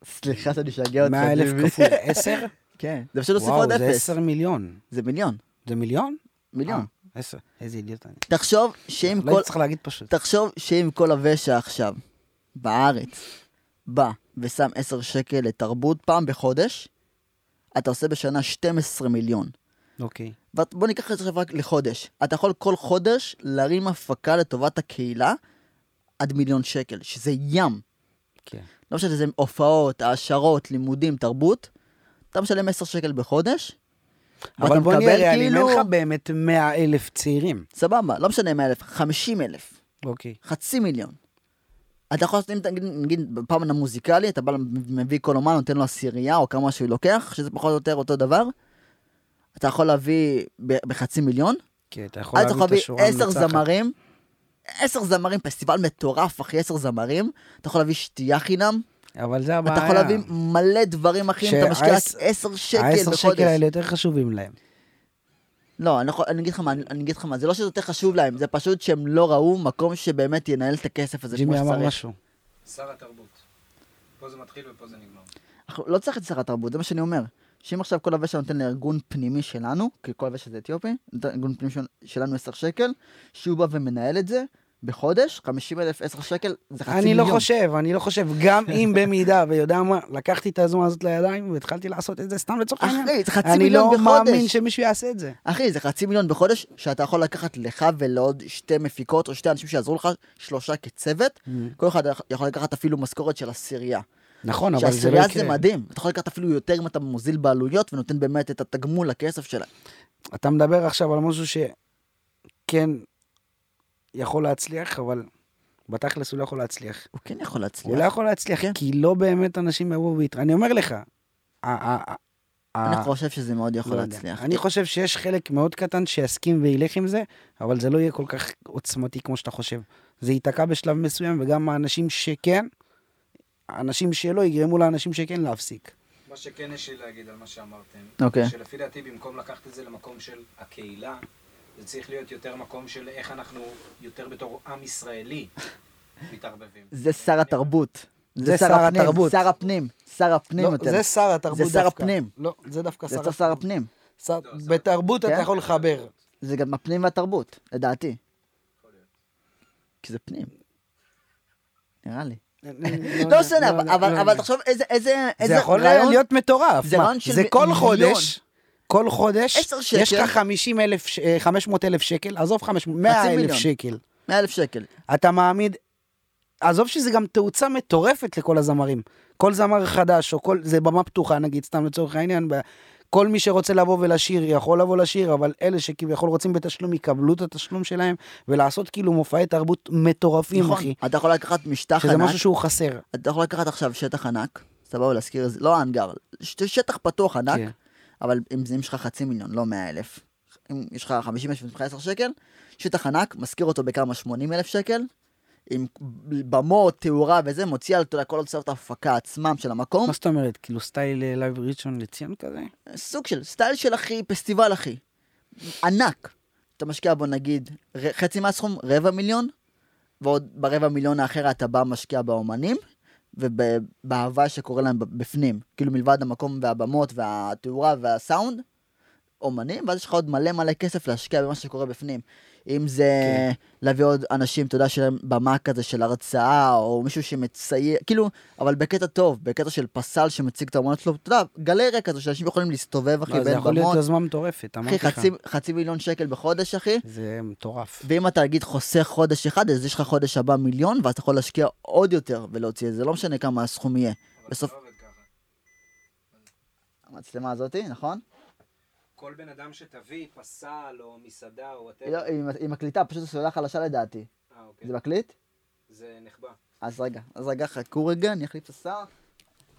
Speaker 3: סליחה שאני אשגע אותך.
Speaker 2: 100 אלף
Speaker 3: טיבי.
Speaker 2: כפול 10?
Speaker 3: כן, זה פשוט הוסיף
Speaker 2: וואו,
Speaker 3: עוד
Speaker 2: זה
Speaker 3: אפס.
Speaker 2: 10 מיליון.
Speaker 3: זה מיליון,
Speaker 2: זה מיליון?
Speaker 3: מיליון.
Speaker 2: אה, 10. איזה אידיוט אני.
Speaker 3: תחשוב שאם
Speaker 2: לא
Speaker 3: כל...
Speaker 2: הייתי צריך להגיד פשוט.
Speaker 3: תחשוב שאם כל הוושע עכשיו, בארץ, בא ושם 10 שקל לתרבות פעם בחודש, אתה עושה בשנה 12 מיליון.
Speaker 2: אוקיי.
Speaker 3: ואת- בוא ניקח את זה עכשיו רק לחודש. אתה יכול כל חודש להרים הפקה לטובת הקהילה עד מיליון שקל, שזה ים.
Speaker 2: כן.
Speaker 3: לא משנה שזה הופעות, העשרות, לימודים, תרבות. אתה משלם 10 שקל בחודש, ואתה
Speaker 2: אבל בוא
Speaker 3: מקבל
Speaker 2: נהיה ריאליים, אין
Speaker 3: כאילו-
Speaker 2: לך באמת 100 אלף צעירים.
Speaker 3: סבבה, לא משנה 100 אלף, 50 אלף.
Speaker 2: אוקיי.
Speaker 3: חצי מיליון. אתה יכול לעשות, אם תגיד, נגיד, בפאמן המוזיקלי, אתה בא, מביא כל אומן, נותן לו עשירייה או כמה שהוא לוקח, שזה פחות או יותר אותו דבר. אתה יכול להביא ב- בחצי מיליון,
Speaker 2: כן, אתה יכול
Speaker 3: אז אתה
Speaker 2: להביא
Speaker 3: יכול
Speaker 2: את השורה
Speaker 3: להביא עשר
Speaker 2: המנצחת.
Speaker 3: זמרים, עשר זמרים, פסטיבל מטורף, אחי, עשר זמרים, אתה יכול להביא שתייה חינם,
Speaker 2: אבל זה הבעיה.
Speaker 3: אתה יכול להביא מלא דברים אחרים, אתה משקיע רק
Speaker 2: שהעש-
Speaker 3: עשר שקל
Speaker 2: העשר שקל
Speaker 3: בחודש.
Speaker 2: האלה יותר חשובים להם.
Speaker 3: לא, אני יכול- אני אגיד לך מה, אני אני אגיד לך מה, זה לא שזה יותר חשוב להם, זה פשוט שהם לא ראו מקום שבאמת ינהל את הכסף הזה כמו
Speaker 2: ג'ימי אמר
Speaker 3: שצריך.
Speaker 2: משהו.
Speaker 5: שר התרבות. פה זה מתחיל ופה זה נגמר.
Speaker 3: אנחנו- לא צריך את שר התרבות, זה מה שאני אומר. שאם עכשיו כל הוושע נותן לארגון פנימי שלנו, כי כל הוושע זה אתיופי, נותן לארגון פנימי של- שלנו 10 שקל, שהוא בא ומנהל את זה בחודש, 50 אלף 10 שקל, זה חצי
Speaker 2: אני
Speaker 3: מיליון.
Speaker 2: לא חושב, אני לא חושב, גם אם במידה, ויודע מה, לקחתי את הזמן הזאת לידיים והתחלתי לעשות את זה סתם לצורך העניין.
Speaker 3: אחי, זה חצי
Speaker 2: אני לא
Speaker 3: מיליון
Speaker 2: מאמין
Speaker 3: בחודש.
Speaker 2: שמישהו יעשה את זה.
Speaker 3: אחי, זה חצי מיליון בחודש, שאתה יכול לקחת לך ולעוד שתי מפיקות, או שתי אנשים שיעזרו לך, שלושה כצוות, כל אחד יכול לקחת אפילו משכורת של עשירייה.
Speaker 2: נכון, אבל זה לא
Speaker 3: שהעשירייה זה
Speaker 2: יקרה.
Speaker 3: מדהים, אתה יכול לקחת אפילו יותר אם אתה מוזיל בעלויות ונותן באמת את התגמול לכסף שלהם.
Speaker 2: אתה מדבר עכשיו על משהו שכן יכול להצליח, אבל בתכלס הוא לא יכול להצליח.
Speaker 3: הוא כן יכול
Speaker 2: הוא
Speaker 3: להצליח.
Speaker 2: לא יכול להצליח,
Speaker 3: כן.
Speaker 2: כי לא באמת אנשים יבואו ויתרע. אני אומר לך, ה- ה- ה-
Speaker 3: אני
Speaker 2: ה-
Speaker 3: חושב שזה מאוד יכול
Speaker 2: אה, לא יודע.
Speaker 3: להצליח.
Speaker 2: אני חושב שיש חלק מאוד קטן שיסכים וילך עם זה, אבל זה לא יהיה כל כך עוצמתי כמו שאתה חושב. זה ייתקע בשלב מסוים, וגם האנשים שכן, האנשים שלא יגרמו לאנשים שכן להפסיק.
Speaker 5: מה שכן יש לי להגיד על מה שאמרתם,
Speaker 3: אוקיי.
Speaker 5: שלפי דעתי במקום לקחת את זה למקום של הקהילה, זה צריך להיות יותר מקום של איך אנחנו יותר בתור עם ישראלי מתערבבים.
Speaker 3: זה שר התרבות.
Speaker 2: זה שר
Speaker 3: הפנים,
Speaker 2: התרבות.
Speaker 3: שר הפנים, שר הפנים
Speaker 2: לא,
Speaker 3: יותר.
Speaker 2: זה שר התרבות
Speaker 3: זה
Speaker 2: דווקא.
Speaker 3: שר הפנים.
Speaker 2: לא, זה דווקא
Speaker 3: זה
Speaker 2: שר
Speaker 3: צריך שר הפנים.
Speaker 2: שר- בתרבות אתה
Speaker 3: כן?
Speaker 2: יכול לחבר.
Speaker 3: זה גם הפנים והתרבות, לדעתי. כי זה פנים. נראה לי. לא משנה, אבל- אבל- אבל תחשוב איזה איזה
Speaker 2: זה
Speaker 3: איזה
Speaker 2: יכול
Speaker 3: רעיון-
Speaker 2: להיות מטורף.
Speaker 3: זה
Speaker 2: מה,
Speaker 3: רעיון של
Speaker 2: זה כל
Speaker 3: מיליון.
Speaker 2: חודש, כל חודש,
Speaker 3: עשר
Speaker 2: יש
Speaker 3: שקל.
Speaker 2: לך 50 אלף, 500 אלף שקל, עזוב 500,
Speaker 3: חצי
Speaker 2: 100 אלף
Speaker 3: מיליון.
Speaker 2: שקל.
Speaker 3: 100 אלף שקל.
Speaker 2: אתה מעמיד, עזוב שזה גם תאוצה מטורפת לכל הזמרים. כל זמר חדש, או כל, זה במה פתוחה נגיד, סתם לצורך העניין, ב- כל מי שרוצה לבוא ולשיר יכול לבוא לשיר, אבל אלה שכביכול רוצים בתשלום יקבלו את התשלום שלהם, ולעשות כאילו מופעי תרבות מטורפים,
Speaker 3: נכון.
Speaker 2: אחי.
Speaker 3: אתה יכול לקחת משטח
Speaker 2: שזה
Speaker 3: ענק,
Speaker 2: משהו שהוא חסר.
Speaker 3: אתה יכול לקחת עכשיו שטח ענק, סבבה להזכיר את זה, לא האנגר, שט- שטח פתוח ענק,
Speaker 2: כן.
Speaker 3: אבל אם זה אם יש לך חצי מיליון, לא 100 אלף. אם יש לך 50 אלף, יש לך 10 שקל, שטח ענק, משכיר אותו בכמה 80 אלף שקל, עם במות, תאורה וזה, מוציא על אתה יודע, כל הוצאות ההפקה עצמם של המקום,
Speaker 2: מה זאת אומרת? כאילו סטייל אה, לייב ראשון לציון כזה?
Speaker 3: סוג של סטייל של אחי, פסטיבל אחי. ענק. אתה משקיע בו נגיד ר- חצי מהסכום, רבע מיליון, ועוד ברבע מיליון האחר אתה בא משקיע באומנים, ובהוואי שקורה להם ב- בפנים. כאילו מלבד המקום והבמות והתאורה והסאונד, אומנים, ואז יש לך עוד מלא מלא כסף להשקיע במה שקורה בפנים. אם זה כן. להביא עוד אנשים, אתה יודע, של במה כזה של הרצאה, או מישהו שמצייר, כאילו, אבל בקטע טוב, בקטע של פסל שמציג את האומנות שלו, אתה יודע, גלריה כזו שאנשים יכולים להסתובב, אחי,
Speaker 2: לא, זה
Speaker 3: בין
Speaker 2: יכול להיות
Speaker 3: במות.
Speaker 2: יוזמה מטורפת,
Speaker 3: אחי,
Speaker 2: אמרתי לך.
Speaker 3: חצי, חצי מיליון שקל בחודש, אחי.
Speaker 2: זה מטורף.
Speaker 3: ואם אתה, נגיד, חוסך חודש אחד, אז יש לך חודש הבא מיליון, ואז אתה יכול להשקיע עוד יותר ולהוציא את זה, לא משנה כמה הסכום יהיה.
Speaker 5: אבל זה
Speaker 3: בסוף,
Speaker 5: לא עובד ככה.
Speaker 3: המצלמה הזאתי, נכון?
Speaker 5: כל בן אדם שתביא, פסל או מסעדה או
Speaker 3: היא, לא,
Speaker 5: וואטאבר,
Speaker 3: היא, היא מקליטה, פשוט הסוללה חלשה לדעתי.
Speaker 5: אה, אוקיי.
Speaker 3: זה לא- מקליט?
Speaker 5: זה נחבא.
Speaker 3: אז רגע, אז רגע, חכו רגע, אני אחליף את השר.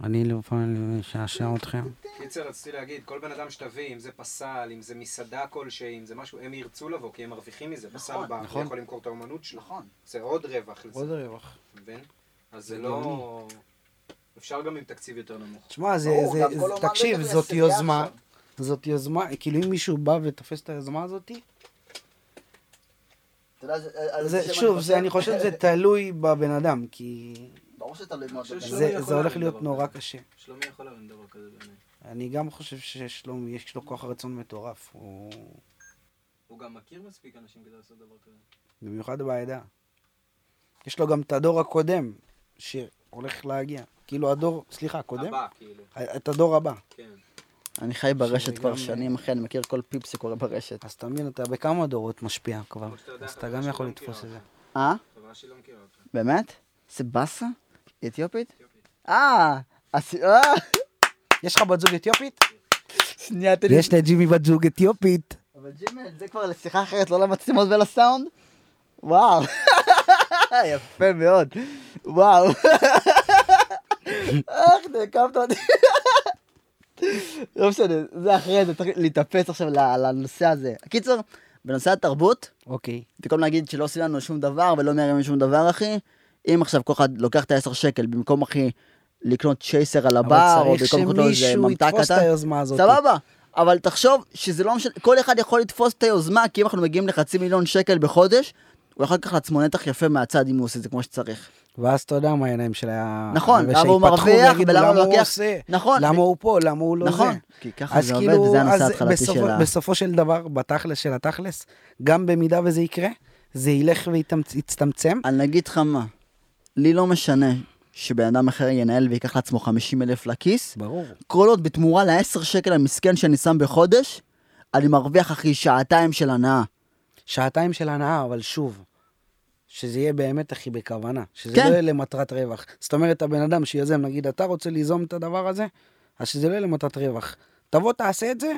Speaker 2: אני לפעמים משעשע אתכם.
Speaker 5: קיצר, רציתי להגיד, כל בן אדם שתביא, אם זה פסל, אם זה מסעדה כלשהי, אם זה משהו, הם ירצו לבוא, כי הם מרוויחים מזה. פסל בא, הוא יכול למכור את האומנות שלו.
Speaker 3: נכון.
Speaker 5: זה עוד רווח לזה,
Speaker 2: עוד רווח.
Speaker 5: אתה מבין? אז זה לא... אפשר גם עם תקציב יותר נמוך.
Speaker 2: תשמע, זה,
Speaker 3: ברור,
Speaker 2: זה,
Speaker 3: גם כל
Speaker 2: זה,
Speaker 3: אומן
Speaker 2: תקשיב,
Speaker 3: בטח
Speaker 2: זאת
Speaker 3: יעשה
Speaker 2: יוזמה.
Speaker 3: יחד.
Speaker 2: זאת יוזמה, כאילו אם מישהו בא ותופס את היוזמה הזאת,
Speaker 3: אתה יודע, זה- על
Speaker 2: זה,
Speaker 3: שם
Speaker 2: שוב, זה, אני חושב שזה תלוי בבן אדם, כי
Speaker 3: ברור שתלוי מאוד.
Speaker 5: חושב
Speaker 3: בבן
Speaker 5: שלא
Speaker 3: אדם.
Speaker 2: זה,
Speaker 5: יכול
Speaker 2: זה הולך
Speaker 5: להרים
Speaker 2: להיות
Speaker 5: דבר
Speaker 2: נורא
Speaker 5: כזה.
Speaker 2: קשה.
Speaker 5: שלומי יכול להרים דבר כזה בעיניי.
Speaker 2: אני גם חושב ששלומי, יש לו כוח רצון מטורף, הוא
Speaker 5: הוא גם מכיר מספיק אנשים כדי לעשות דבר כזה.
Speaker 2: במיוחד בעדה. יש לו גם את הדור הקודם, שהולך להגיע. כאילו הדור, סליחה, הקודם?
Speaker 5: הבא, כאילו,
Speaker 2: את הדור הבא.
Speaker 5: כן.
Speaker 3: אני חי ברשת
Speaker 2: שזה
Speaker 3: כבר
Speaker 2: גם-
Speaker 3: שנים, אחי, אני מכיר כל פיפ שקורה ברשת.
Speaker 2: אז אתה מבין, אתה בכמה דורות משפיע כבר,
Speaker 5: כמו שאתה יודע,
Speaker 2: אז אתה
Speaker 5: החברה
Speaker 2: גם
Speaker 5: שלי
Speaker 2: יכול
Speaker 5: לא
Speaker 2: לתפוס את
Speaker 5: מכירה
Speaker 2: זה.
Speaker 3: אה?
Speaker 5: חברה שלי לא מכירה אותך.
Speaker 3: באמת? זה באסה? היא אתיופית? אה! אז- אה!
Speaker 2: יש לך בת זוג אתיופית?
Speaker 3: שנייה, תן לי...
Speaker 2: יש לג'ימי בת זוג אתיופית.
Speaker 3: אבל ג'ימל, זה כבר לשיחה אחרת, לא למצלמות ולסאונד? וואו. יפה מאוד. וואו. איך נעקמת אותי. לא משנה, זה אחרי זה, צריך להתאפס עכשיו ל- לנושא הזה. קיצר, בנושא התרבות,
Speaker 2: אוקיי.
Speaker 3: במקום להגיד שלא עושים לנו שום דבר ולא מרים שום דבר, אחי, אם עכשיו כל אחד לוקח את ה-10 שקל במקום, אחי, לקנות צ'ייסר על הבר, או
Speaker 2: אבל
Speaker 3: במקום לקנות לו
Speaker 2: צריך
Speaker 3: איזה
Speaker 2: שמישהו
Speaker 3: ממתק
Speaker 2: יתפוס את
Speaker 3: קטן,
Speaker 2: היוזמה הזאת.
Speaker 3: סבבה, אבל תחשוב שזה לא משנה, כל אחד יכול לתפוס את היוזמה, כי אם אנחנו מגיעים לחצי מיליון שקל בחודש, הוא יכול לקחת לעצמו נתח יפה מהצד אם הוא עושה את זה כמו שצריך.
Speaker 2: ואז אתה יודע מה העיניים של ה...
Speaker 3: נכון,
Speaker 2: ושהתפתחו
Speaker 3: למה הוא מרוויח
Speaker 2: ויגידו,
Speaker 3: ולמה הוא לוקח?"
Speaker 2: עושה?
Speaker 3: נכון.
Speaker 2: למה הוא פה, למה הוא לא זה.
Speaker 3: נכון, כי ככה
Speaker 2: אז
Speaker 3: זה
Speaker 2: כאילו,
Speaker 3: עובד, וזה הנושא
Speaker 2: אז
Speaker 3: ההתחלתי
Speaker 2: בסופו-
Speaker 3: של ה...
Speaker 2: בסופו של דבר, בתכלס של התכלס, גם במידה וזה יקרה, זה ילך ויצטמצם.
Speaker 3: אני אגיד לך מה, לי לא משנה שבן אדם אחר ינהל ויקח לעצמו 50 אלף לכיס,
Speaker 2: ברור.
Speaker 3: כל עוד בתמורה ל-10 שקל המסכן שאני שם בחודש, אני מרוויח אחי שעתיים של הנאה.
Speaker 2: שעתיים של הנאה, אבל שוב, שזה יהיה באמת, אחי, בכוונה. שזה
Speaker 3: כן.
Speaker 2: לא יהיה למטרת רווח. זאת אומרת, הבן אדם שיוזם, נגיד, אתה רוצה ליזום את הדבר הזה, אז שזה לא יהיה למטרת רווח. תבוא, תעשה את זה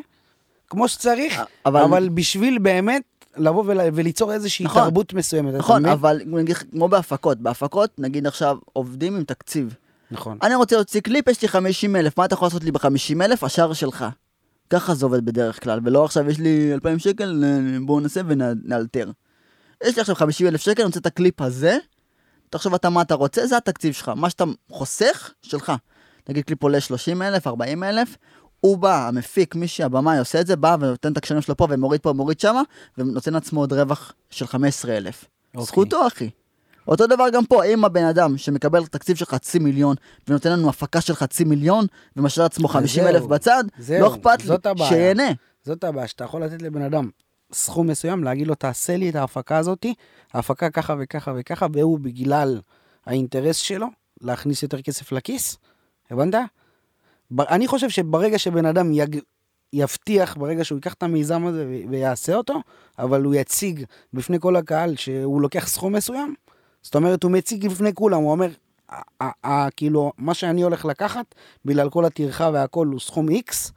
Speaker 2: כמו שצריך,
Speaker 3: אבל-
Speaker 2: אבל, אבל בשביל באמת לבוא ול... וליצור איזושהי
Speaker 3: נכון.
Speaker 2: נכון, תרבות מסוימת.
Speaker 3: נכון,
Speaker 2: אתה מבין?
Speaker 3: אבל נגיד כמו בהפקות, בהפקות נגיד עכשיו עובדים עם תקציב.
Speaker 2: נכון.
Speaker 3: אני רוצה להוציא קליפ, יש לי 50 אלף, מה אתה יכול לעשות לי ב-50 אלף? השאר שלך. ככה זה עובד בדרך כלל, ולא עכשיו יש לי 2,000 שקל, אה, בואו נעשה ונאלתר. יש לי עכשיו 50 אלף שקל, אני רוצה את הקליפ הזה, תחשוב אתה מה אתה רוצה, זה התקציב שלך. מה שאתה חוסך, שלך. נגיד קליפ עולה 30 אלף, 40 אלף, הוא בא, המפיק, מי שהבמאי עושה את זה, בא ונותן את הקשרים שלו פה ומוריד פה ומוריד שמה, ונותן לעצמו עוד רווח של 15 אלף.
Speaker 2: אוקיי.
Speaker 3: זכותו, אחי. אותו דבר גם פה, אם הבן אדם שמקבל תקציב של חצי מיליון, ונותן לנו הפקה של חצי מיליון, ומשאיר לעצמו 50 אלף
Speaker 2: אה, זהו,
Speaker 3: בצד,
Speaker 2: זהו,
Speaker 3: לא אכפת לי,
Speaker 2: זאת הבעיה.
Speaker 3: שיהנה.
Speaker 2: זאת הבעיה, שאתה יכול לתת לבן אדם סכום מסוים, להגיד לו, תעשה לי את ההפקה הזאתי, ההפקה ככה וככה וככה, והוא בגלל האינטרס שלו להכניס יותר כסף לכיס, הבנת? ב- אני חושב שברגע שבן אדם יג... יבטיח, ברגע שהוא ייקח את המיזם הזה ו- ויעשה אותו, אבל הוא יציג בפני כל הקהל שהוא לוקח סכום מסוים, זאת אומרת, הוא מציג בפני כולם, הוא אומר, "ה- ה- ה- כאילו, מה שאני הולך לקחת, בגלל כל הטרחה והכל, הוא סכום איקס,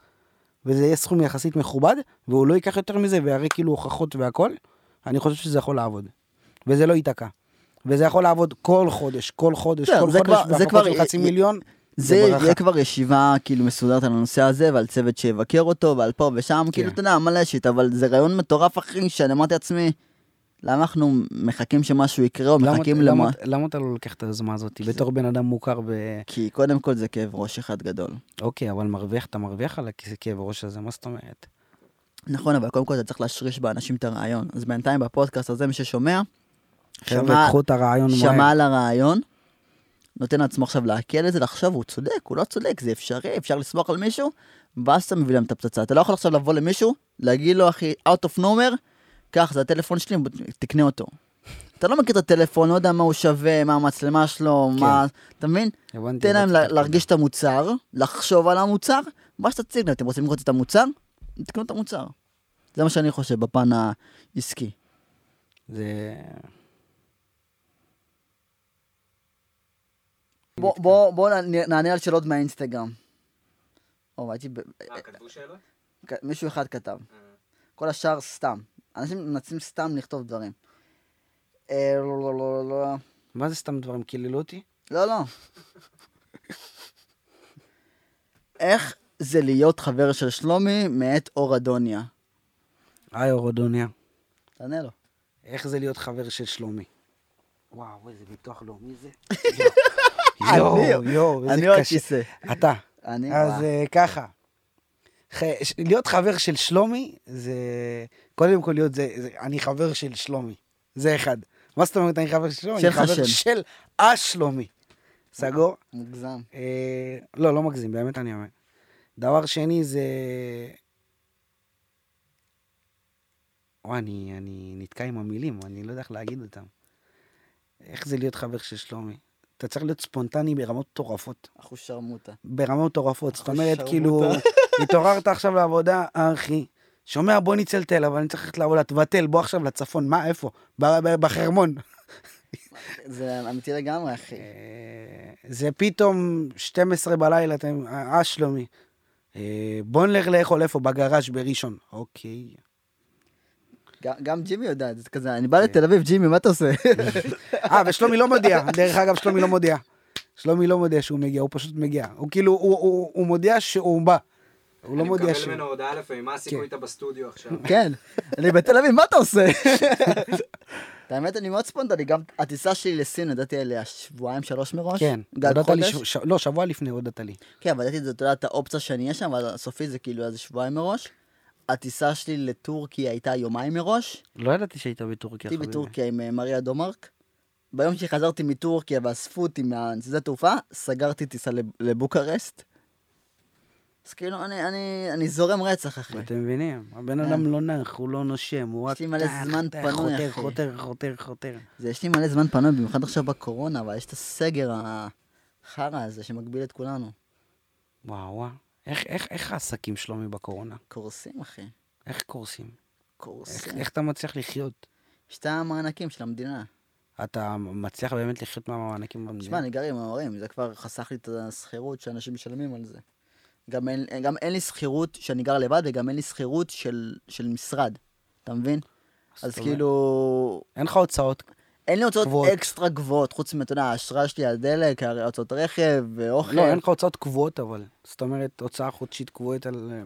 Speaker 2: וזה יהיה סכום יחסית מכובד, והוא לא ייקח יותר מזה ויראה כאילו הוכחות והכל, אני חושב שזה יכול לעבוד. וזה לא ייתקע. וזה יכול לעבוד כל חודש, כל חודש,
Speaker 3: בסדר,
Speaker 2: כל
Speaker 3: לא, זה
Speaker 2: חודש,
Speaker 3: כבר- זה כבר-
Speaker 2: בהפקות של חצי מיליון,
Speaker 3: זה
Speaker 2: זה ברכה.
Speaker 3: יהיה כבר ישיבה כאילו מסודרת על הנושא הזה ועל צוות שיבקר אותו ועל פה ושם
Speaker 2: כן.
Speaker 3: כאילו אתה יודע מלא שיט אבל זה רעיון מטורף אחי שאני אמרתי לעצמי למה אנחנו מחכים שמשהו יקרה או
Speaker 2: למה-
Speaker 3: מחכים
Speaker 2: למה-
Speaker 3: למה
Speaker 2: למה אתה לא לוקח את היוזמה הזאת? בתור בן אדם מוכר ב...
Speaker 3: כי קודם כל זה כאב ראש אחד גדול
Speaker 2: אוקיי, אבל מרוויח, אתה מרוויח על הכאב ראש הזה, מה זאת אומרת?
Speaker 3: נכון אבל קודם כל אתה צריך להשריש באנשים את הרעיון אז בינתיים בפודקאסט הזה מי ששומע
Speaker 2: חבר'ה, קחו את הרעיון
Speaker 3: שמע
Speaker 2: מהר.
Speaker 3: על הרעיון נותן לעצמו עכשיו לעכל את זה לחשוב הוא צודק הוא לא צודק זה אפשרי אפשר לסמוך על מישהו ואז אתה מביא להם את הפצצה אתה לא יכול עכשיו לבוא למישהו להגיד לו אחי out of nowhere קח זה הטלפון שלי בוא, תקנה אותו. אתה לא מכיר את הטלפון לא יודע מה הוא שווה מה המצלמה שלו
Speaker 2: כן.
Speaker 3: מה אתה מבין
Speaker 2: הבנתי,
Speaker 3: תן להם
Speaker 2: הבנתי.
Speaker 3: לה- להרגיש את המוצר לחשוב על המוצר ואז תציג להם אתם רוצים לראות את המוצר תקנו את המוצר. זה מה שאני חושב בפן העסקי.
Speaker 2: זה...
Speaker 3: בוא, בוא, בוא נע- נענה על שאלות מהאינסטגרם. או, הייתי ב...
Speaker 5: אה, כתבו אה, שאלות?
Speaker 3: כ- מישהו אחד כתב. כל השאר סתם. אנשים מנסים סתם לכתוב דברים. אה, לא, לא, לא, לא,
Speaker 2: מה זה סתם דברים? קיללו אותי?
Speaker 3: לא, לא. איך זה להיות חבר של שלומי מאת אור אדוניה?
Speaker 2: היי, אורדוניה.
Speaker 3: תענה לו.
Speaker 2: איך זה להיות חבר של שלומי? וואו, איזה ביטוח לאומי זה. יואו,
Speaker 3: אני-
Speaker 2: יואו, איזה קשה.
Speaker 3: אני או הכיסא?
Speaker 2: אתה.
Speaker 3: אני,
Speaker 2: אז
Speaker 3: וואו.
Speaker 2: אה, ככה. ח- ש- להיות חבר של שלומי, זה... קודם כל להיות זה, זה- אני חבר של שלומי. זה אחד. מה זאת אומרת אני חבר של שלומי?
Speaker 3: של
Speaker 2: אני חבר
Speaker 3: חשן.
Speaker 2: של השלומי. סגור?
Speaker 3: מוגזם.
Speaker 2: אה, לא, לא מגזים, באמת אני אומר. דבר שני זה... וואי, אני, אני נתקע עם המילים, אני לא יודע איך להגיד אותם. איך זה להיות חבר של שלומי? אתה צריך להיות ספונטני ברמות מטורפות.
Speaker 3: אחוז שרמוטה.
Speaker 2: ברמות מטורפות. זאת אומרת,
Speaker 3: שרמוטה.
Speaker 2: כאילו, התעוררת עכשיו לעבודה, אה, אחי, שומע, בוא נצא לתל, אבל אני צריך ללכת לעבודה, תבטל, בוא עכשיו לצפון, מה, איפה? ב- ב- בחרמון.
Speaker 3: זה אמיתי לגמרי, אחי.
Speaker 2: אה, זה פתאום 12 בלילה, אתם, אה, שלומי. אה, בוא נלך לאכול איפה? בגראז' בראשון. אוקיי.
Speaker 3: גם- גם ג'ימי יודע את זה, כזה,
Speaker 2: כן.
Speaker 3: אני בא לתל אביב, ג'ימי, מה אתה עושה?
Speaker 2: אה, ושלומי לא מודיע. דרך אגב, שלומי לא מודיע. שלומי לא מודיע שהוא מגיע, הוא פשוט מגיע. הוא כאילו, הוא- הוא הוא מודיע שהוא בא. הוא לא
Speaker 5: אני
Speaker 2: מודיע
Speaker 5: מקבל
Speaker 2: שהוא...
Speaker 5: ממנו הודעה לפעמים, מה הסיכוי
Speaker 2: כן.
Speaker 5: איתה בסטודיו עכשיו?
Speaker 3: כן, אני בתל אביב, מה אתה עושה? את האמת, אני מאוד ספונטני, גם הטיסה שלי לסין, ידעתי עליה שבועיים, שלוש מראש.
Speaker 2: כן,
Speaker 3: גג
Speaker 2: הודעת לי,
Speaker 3: חודש.
Speaker 2: ש- ש- לא, שבוע לפני הודעת לי.
Speaker 3: כן, אבל ידעתי את זה, אתה יודע, את האופציה שאני אהיה שם, אבל הסופי זה כאילו איזה שבועיים מראש. הטיסה שלי לטורקיה הייתה יומיים מראש.
Speaker 6: לא ידעתי שהיית בטורקיה,
Speaker 3: הייתי
Speaker 6: חביבי.
Speaker 3: בטורקיה עם אה, מריה דומרק. ביום שחזרתי מטורקיה ואספו אותי מהשדה התעופה, סגרתי טיסה לב- לבוקרשט. אז כאילו, אני, אני, אני זורם רצח, אחי.
Speaker 2: אתם מבינים? הבן אדם לא נח, הוא לא נושם, הוא רק...
Speaker 3: כן. יש לי מלא
Speaker 2: טח,
Speaker 3: זמן
Speaker 2: טח,
Speaker 3: פנוי,
Speaker 2: חותר,
Speaker 3: אחי.
Speaker 2: חותר, חותר, חותר.
Speaker 3: זה יש לי מלא זמן פנוי, במיוחד עכשיו בקורונה, אבל יש את הסגר החרא הזה שמגביל את כולנו.
Speaker 2: וואו, וואו. איך- איך- איך העסקים שלומי בקורונה?
Speaker 3: קורסים, אחי.
Speaker 2: איך קורסים? איך-
Speaker 3: קורסים.
Speaker 2: איך כן. אתה מצליח לחיות?
Speaker 3: יש את המענקים של המדינה.
Speaker 2: אתה מצליח באמת לחיות מהמענקים במדינה?
Speaker 3: תשמע, אני גר עם ההורים, זה כבר חסך לי את השכירות שאנשים משלמים על זה. גם אין, גם אין לי שכירות שאני גר לבד, וגם אין לי שכירות של, של משרד, אתה מבין? אז
Speaker 2: זאת אומרת,
Speaker 3: כאילו,
Speaker 2: אין לך הוצאות.
Speaker 3: אין לי הוצאות
Speaker 2: גבוהות.
Speaker 3: אקסטרה גבוהות, חוץ מאתה יודע, האשרה שלי על דלק, הוצאות רכב, ואוכל.
Speaker 2: לא, אין לך הוצאות קבועות, אבל. זאת אומרת, הוצאה חודשית קבועות על אה,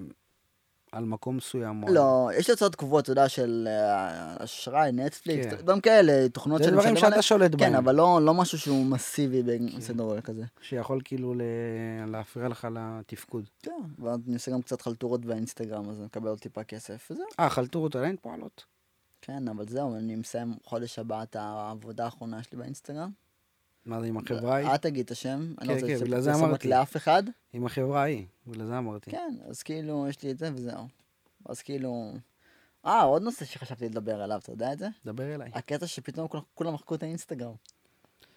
Speaker 2: על מקום מסוים. או על-
Speaker 3: לא, יש לי הוצאות קבועות, אתה יודע, של אה, אשראי, נטפליקס,
Speaker 2: כן.
Speaker 3: דברים כאלה, תוכנות
Speaker 2: זה
Speaker 3: שאני
Speaker 2: דברים
Speaker 3: משלם
Speaker 2: שאתה
Speaker 3: עליהם.
Speaker 2: שולט בהם. כן.
Speaker 3: כן, אבל לא, לא משהו שהוא מסיבי בסדר גודל כזה.
Speaker 2: שיכול כאילו ל- להפריע לך לתפקוד.
Speaker 3: כן, ואני עושה גם קצת חלטורות באינסטגרם, אז אני מקבל עוד טיפה כסף, וזהו.
Speaker 2: אה, חלטורות עדיין פועלות?
Speaker 3: כן, אבל זהו, אני מסיים חודש הבא את העבודה האחרונה שלי באינסטגרם.
Speaker 2: מה זה עם החברה ההיא?
Speaker 3: את תגיד את השם, אני
Speaker 2: כן,
Speaker 3: לא רוצה
Speaker 2: כן,
Speaker 3: לצאת
Speaker 2: בגלל זה
Speaker 3: פרסומת
Speaker 2: אמרתי.
Speaker 3: לאף אחד.
Speaker 2: עם החברה ההיא, בגלל זה אמרתי.
Speaker 3: כן, אז כאילו, יש לי את זה וזהו. אז כאילו... אה, עוד נושא שחשבתי לדבר עליו, אתה יודע את זה?
Speaker 2: דבר אליי.
Speaker 3: הקטע שפתאום כולם- כולם מחקו את האינסטגרם.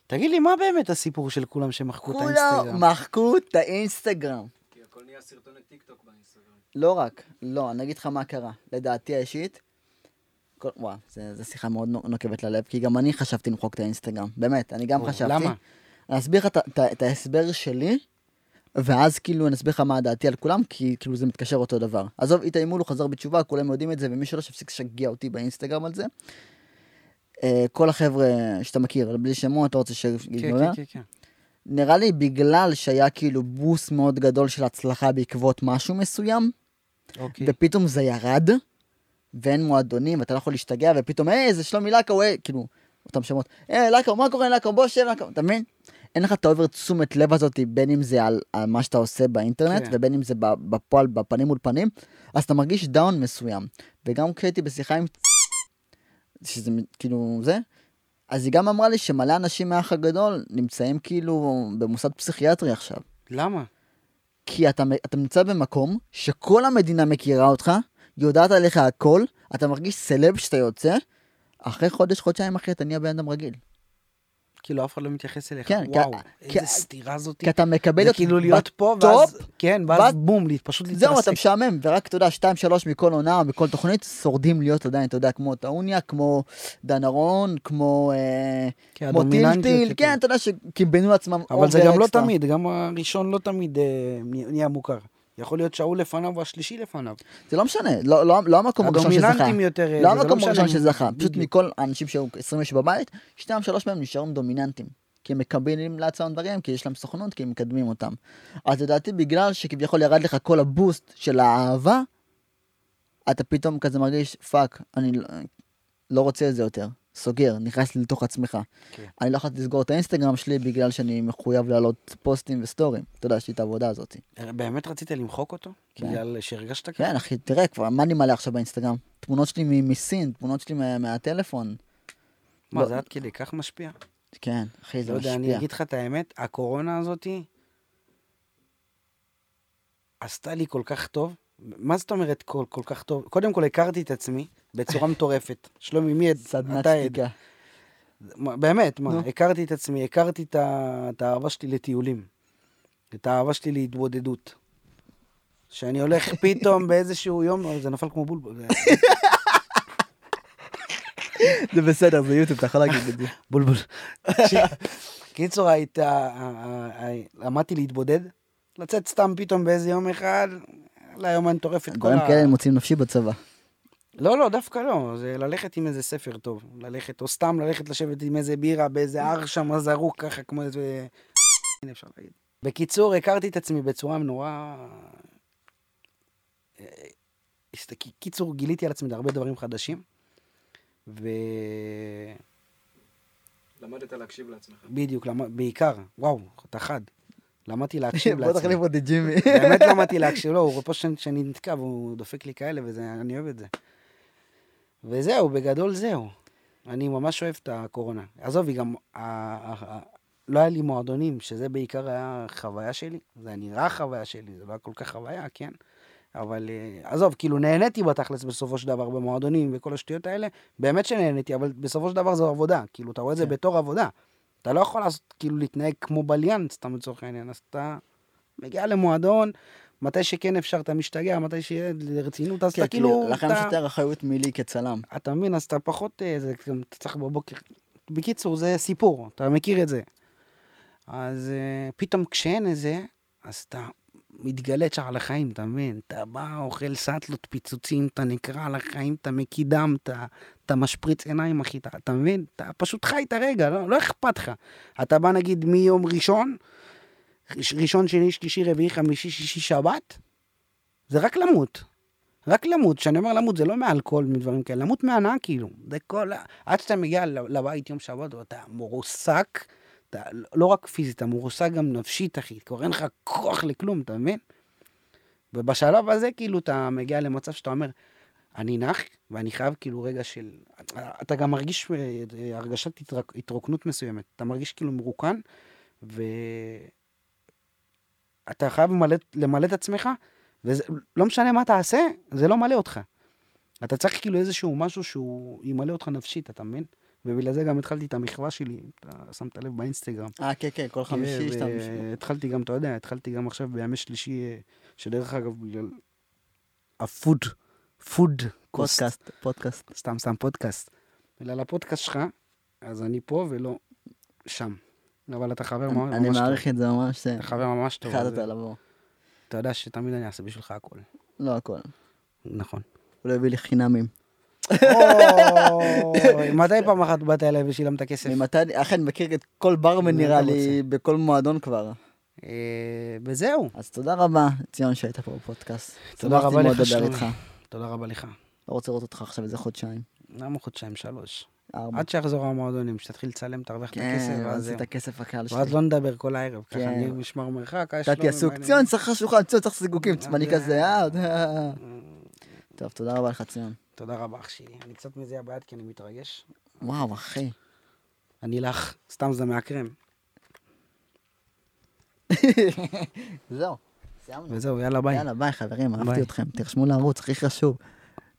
Speaker 2: תגיד לי, מה באמת הסיפור של כולם שמחקו את
Speaker 3: כולם
Speaker 2: האינסטגרם?
Speaker 3: מחקו את האינסטגרם.
Speaker 5: כי הכל נהיה סרטוני טיק טוק באינסטגרם.
Speaker 3: לא רק, לא, אני אגיד לך מה קרה. לדעתי האישית, כל... וואו, זו שיחה מאוד נו- נוקבת ללב, כי גם אני חשבתי למחוק את האינסטגרם. באמת, אני גם
Speaker 2: או,
Speaker 3: חשבתי.
Speaker 2: למה?
Speaker 3: אני אסביר לך את ה- את ה- את ההסבר שלי, ואז כאילו אני אסביר לך מה דעתי על כולם, כי כאילו זה מתקשר אותו דבר. עזוב, התאיימו לו, חזר בתשובה, כולם יודעים את זה, ומי שלא שיפסיק לשגע אותי באינסטגרם על זה. אה, כל החבר'ה שאתה מכיר, אבל בלי שמות, אתה רוצה ש...
Speaker 2: כן, כן, כן, כן.
Speaker 3: נראה לי בגלל שהיה כאילו בוסט מאוד גדול של הצלחה בעקבות משהו מסוים,
Speaker 2: אוקיי.
Speaker 3: ופתאום זה ירד, ואין מועדונים, ואתה לא יכול להשתגע, ופתאום, היי, זה שלומי לקו, היי, כאילו, אותם שמות, היי, לקו, מה קורה, לקו, בוא שב, לקו, אתה מבין? אין לך את העובר תשומת לב הזאת, בין אם זה על, על מה שאתה עושה באינטרנט, כן.
Speaker 2: כן.
Speaker 3: ובין אם זה ב- בפועל, בפנים מול פנים, אז אתה מרגיש דאון מסוים. וגם כשהייתי בשיחה עם... שזה מ- כאילו זה, אז היא גם אמרה לי שמלא אנשים מהאח הגדול נמצאים כאילו במוסד פסיכיאטרי עכשיו.
Speaker 2: למה?
Speaker 3: כי אתה, אתה נמצא במקום שכל המדינה מכירה אותך, יודעת עליך הכל, אתה מרגיש סלב שאתה יוצא, אחרי חודש, חודשיים אחרי אתה נהיה בן אדם רגיל.
Speaker 2: כאילו, אף אחד לא מתייחס אליך.
Speaker 3: כן,
Speaker 2: וואו,
Speaker 3: כי-
Speaker 2: איזה
Speaker 3: כי-
Speaker 2: סתירה זאת.
Speaker 3: כי אתה מקבל
Speaker 2: זה
Speaker 3: את-
Speaker 2: כאילו להיות פה,
Speaker 3: בטופ,
Speaker 2: ואז... כן, ואז
Speaker 3: ואז-
Speaker 2: בום, לי- פשוט
Speaker 3: זהו, אתה
Speaker 2: להתרסק.
Speaker 3: משעמם, ורק, אתה יודע, שתיים, שלוש מכל עונה, מכל תוכנית, שורדים להיות עדיין, אתה יודע, כמו טעוניה, כמו דן ארון, כמו אה,
Speaker 2: כן,
Speaker 3: כמו
Speaker 2: הדומיננטיות
Speaker 3: טילטיל,
Speaker 2: יותר.
Speaker 3: כן, אתה יודע שקיבלנו לעצמם
Speaker 2: אבל זה
Speaker 3: אובר
Speaker 2: גם לא
Speaker 3: אקסטרה.
Speaker 2: תמיד, גם הראשון לא תמיד אה, נהיה נהיה מוכר. יכול להיות שההוא לפניו והשלישי לפניו.
Speaker 3: זה לא משנה, לא, לא, לא המקום הראשון שזכה.
Speaker 2: הדומיננטים יותר, אה,
Speaker 3: לא
Speaker 2: זה לא
Speaker 3: המקום
Speaker 2: משנה
Speaker 3: הראשון
Speaker 2: אם-
Speaker 3: שזכה, פשוט
Speaker 2: בדיוק.
Speaker 3: מכל האנשים שהיו 20 בבית, שניים שלוש מהם נשארים דומיננטים. כי הם מקבלים לעצמם דברים, כי יש להם סוכנות, כי הם מקדמים אותם. אז לדעתי בגלל שכביכול ירד לך כל הבוסט של האהבה, אתה פתאום כזה מרגיש, פאק, אני לא- לא רוצה את זה יותר. סוגר, נכנס לתוך עצמך.
Speaker 2: כן.
Speaker 3: אני לא יכולתי לסגור את האינסטגרם שלי בגלל שאני מחויב להעלות פוסטים וסטורים. אתה יודע, יש לי את העבודה הזאת.
Speaker 2: אה, באמת רצית למחוק אותו?
Speaker 3: כן.
Speaker 2: בגלל שהרגשת ככה?
Speaker 3: כן, אחי, תראה כבר, מה אני מעלה עכשיו באינסטגרם? תמונות שלי מ- מסין, תמונות שלי מה- מהטלפון.
Speaker 2: מה,
Speaker 3: לא.
Speaker 2: זה עד כדי כך משפיע?
Speaker 3: כן, אחי, זה
Speaker 2: לא יודע, אני
Speaker 3: משפיע.
Speaker 2: אגיד לך את האמת, הקורונה הזאתי עשתה לי כל כך טוב. מה זאת אומרת כל, כל כך טוב? קודם כל הכרתי את עצמי בצורה מטורפת. שלומי, מי עד?
Speaker 3: סדנת
Speaker 2: אתה עד.
Speaker 3: שתיקה.
Speaker 2: מה, באמת, מה, הכרתי את עצמי, הכרתי את ה- את האהבה שלי לטיולים, את האהבה שלי להתבודדות. שאני הולך פתאום באיזשהו יום, אוי, זה נפל כמו בולבול, זה-
Speaker 3: זה בסדר, זה יוטיוב, אתה יכול להגיד את זה.
Speaker 2: בולבול. ש- קיצור, היית, אה, ה- ה- ה- למדתי להתבודד, לצאת סתם פתאום באיזה יום אחד, ליום מטורף את כל
Speaker 3: דברים
Speaker 2: ה...
Speaker 3: כאלה הם מוצאים נפשי בצבא.
Speaker 2: לא, לא, דווקא לא, זה ללכת עם איזה ספר טוב, ללכת, או סתם ללכת לשבת עם איזה בירה באיזה הר שם זרוק ככה, כמו איזה... הנה אפשר להגיד. בקיצור, הכרתי את עצמי בצורה נורא... אה, הסת- כי- קיצור, גיליתי על עצמי הרבה דברים חדשים, ו...
Speaker 5: למדת להקשיב לעצמך.
Speaker 2: בדיוק, למ- בעיקר, וואו, אתה חד. למדתי להקשיב
Speaker 3: בוא
Speaker 2: לעצמי.
Speaker 3: תחליף אותי ג'ימי.
Speaker 2: באמת לא למדתי להקשיב לו, הוא פה שאני- שאני נתקע והוא דופק לי כאלה, ואני אוהב את זה. וזהו, בגדול זהו. אני ממש אוהב את הקורונה. עזוב, היא גם... ה- ה- ה- לא היה לי מועדונים, שזה בעיקר היה חוויה שלי. זה היה נראה חוויה שלי, זה לא היה כל כך חוויה, כן? אבל אה, עזוב, כאילו נהניתי בתכלס בסופו של דבר במועדונים וכל השטויות האלה. באמת שנהניתי, אבל בסופו של דבר זו עבודה. כאילו, אתה רואה את זה בתור עבודה. אתה לא יכול לעשות, כאילו, להתנהג כמו בליין, סתם לצורך העניין. אז אתה מגיע למועדון, מתי שכן אפשר אתה משתגע, מתי שיהיה לרצינות, אז
Speaker 3: כן,
Speaker 2: אתה כאילו...
Speaker 3: לכם
Speaker 2: אתה-
Speaker 3: יש יותר אחריות מלי כצלם.
Speaker 2: אתה מבין, אז אתה פחות, אה, זה גם אתה צריך בבוקר. בקיצור, זה סיפור, אתה מכיר את זה. אז אה, פתאום כשאין את זה, אז אתה מתגלץ על החיים, אתה מבין? אתה בא, אוכל סטלות, פיצוצים, אתה נקרע על החיים, אתה מקידם, אתה, אתה משפריץ עיניים, אחי, אתה, אתה מבין? אתה פשוט חי את הרגע, לא, לא אכפת לך. אתה בא, נגיד, מיום ראשון, ראש- ראשון, שני, שלישי, רביעי, חמישי, שישי, שבת, זה רק למות. רק למות, כשאני אומר למות זה לא מאלכוהול, מדברים כאלה, למות מהנאה כאילו. זה כל ה... עד שאתה מגיע לב- לבית יום שבת ואתה מורסק, אתה לא רק פיזית, אתה מורסק גם נפשית, אחי. כבר אין לך כוח לכלום, אתה מבין? ובשלב הזה כאילו אתה מגיע למצב שאתה אומר, אני נח, ואני חייב כאילו רגע של... אתה גם מרגיש אה, אה, הרגשת התרק... התרוקנות מסוימת. אתה מרגיש כאילו מרוקן, ואתה חייב למלא, למלא את עצמך, ולא לא משנה מה תעשה, זה לא מלא אותך. אתה צריך כאילו איזשהו משהו שהוא ימלא אותך נפשית, אתה מבין? ובגלל זה גם התחלתי את המחווה שלי, אתה שמת לב באינסטגרם.
Speaker 3: אה, כן, כן, כל חמישי יש את המשנה.
Speaker 2: התחלתי גם, אתה יודע, התחלתי גם עכשיו בימי שלישי, אה, שדרך אגב, בגלל הפוד, פוד קוסט,
Speaker 3: פודקאסט, פודקאסט.
Speaker 2: סתם סתם פודקאסט. בגלל הפודקאסט שלך, אז אני פה ולא שם. אבל אתה חבר לא, ממש
Speaker 3: אני
Speaker 2: טוב.
Speaker 3: מעריך את זה ממש.
Speaker 2: אתה חבר ממש טוב. אז
Speaker 3: החלטת לבוא.
Speaker 2: אתה יודע שתמיד אני אעשה בשבילך הכל.
Speaker 3: לא הכל.
Speaker 2: נכון.
Speaker 3: הוא לא הביא לי חינמים.
Speaker 2: אוי, מתי פעם אחת באת אליי ושילמת כסף?
Speaker 3: ממתי, אני- אחי, אני מכיר את כל ברמן
Speaker 2: מה
Speaker 3: נראה
Speaker 2: אתה
Speaker 3: לי, בכל מועדון כבר.
Speaker 2: אה, וזהו.
Speaker 3: אז תודה רבה, ציון, שהיית פה בפודקאסט.
Speaker 2: תודה רבה
Speaker 3: שמחתי מאוד
Speaker 2: לך,
Speaker 3: לדבר
Speaker 2: שלומי.
Speaker 3: איתך.
Speaker 2: תודה רבה לך.
Speaker 3: לא רוצה לראות אותך עכשיו איזה חודשיים.
Speaker 2: למה חודשיים שלוש?
Speaker 3: ארבע.
Speaker 2: עד שיחזור המועדונים, שתתחיל לצלם, תרוויח את הכסף,
Speaker 3: כן,
Speaker 2: ואז
Speaker 3: אז
Speaker 2: זהו.
Speaker 3: את הכסף הקל שלי.
Speaker 2: ואז לא נדבר כל הערב, ככה
Speaker 3: כן.
Speaker 2: נהיה משמר מרחק.
Speaker 3: קצת
Speaker 2: אה, שלומי,
Speaker 3: יעסוק.
Speaker 2: מה העניינים?
Speaker 3: ציון, צריך לך שולחן, ציון, צריך זיגוקים, צמני
Speaker 2: זה-
Speaker 3: כזה, אה? אה. טוב, תודה רבה לך, ציון.
Speaker 2: תודה רבה, אח שלי. אני קצת מזיע ביד כי אני מתרגש.
Speaker 3: וואו, אחי.
Speaker 2: אני לך, סתם זה מהקרם.
Speaker 3: זהו, סיימנו.
Speaker 2: וזהו, יאללה, ביי.
Speaker 3: יאללה, ביי, חברים, אהבתי
Speaker 2: ביי.
Speaker 3: אתכם. תרשמו לערוץ, הכי חשוב.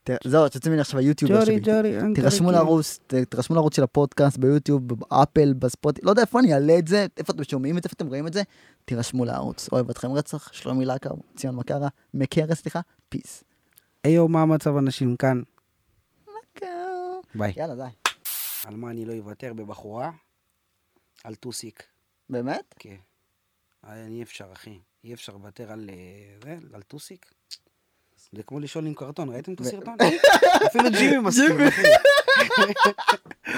Speaker 3: ת- זהו, תוצאים ממני עכשיו היוטיובר
Speaker 2: ג'ורי,
Speaker 3: שלי.
Speaker 2: ג'ורי, אנקרי,
Speaker 3: תירשמו
Speaker 2: כאילו.
Speaker 3: לערוץ, ת- תירשמו לערוץ של הפודקאסט ביוטיוב, באפל, בספוט, לא יודע איפה אני אעלה את זה, איפה אתם שומעים את זה, איפה אתם רואים את זה, תירשמו לערוץ. אוהב אתכם רצח, שלומי לקר, ציון מקרה, מקרה, סליחה, פיס.
Speaker 2: היו, מה המצב אנשים כאן? ביי.
Speaker 3: יאללה, די.
Speaker 2: על מה אני לא אוותר בבחורה? על טוסיק.
Speaker 3: באמת?
Speaker 2: כן. אה, אי אפשר, אחי. אי אפשר לוותר על אה, זה, על טוסיק. זה כמו לשאול עם קרטון, ראיתם את הסרטון? אפילו ג'ימי מסכים, אחי.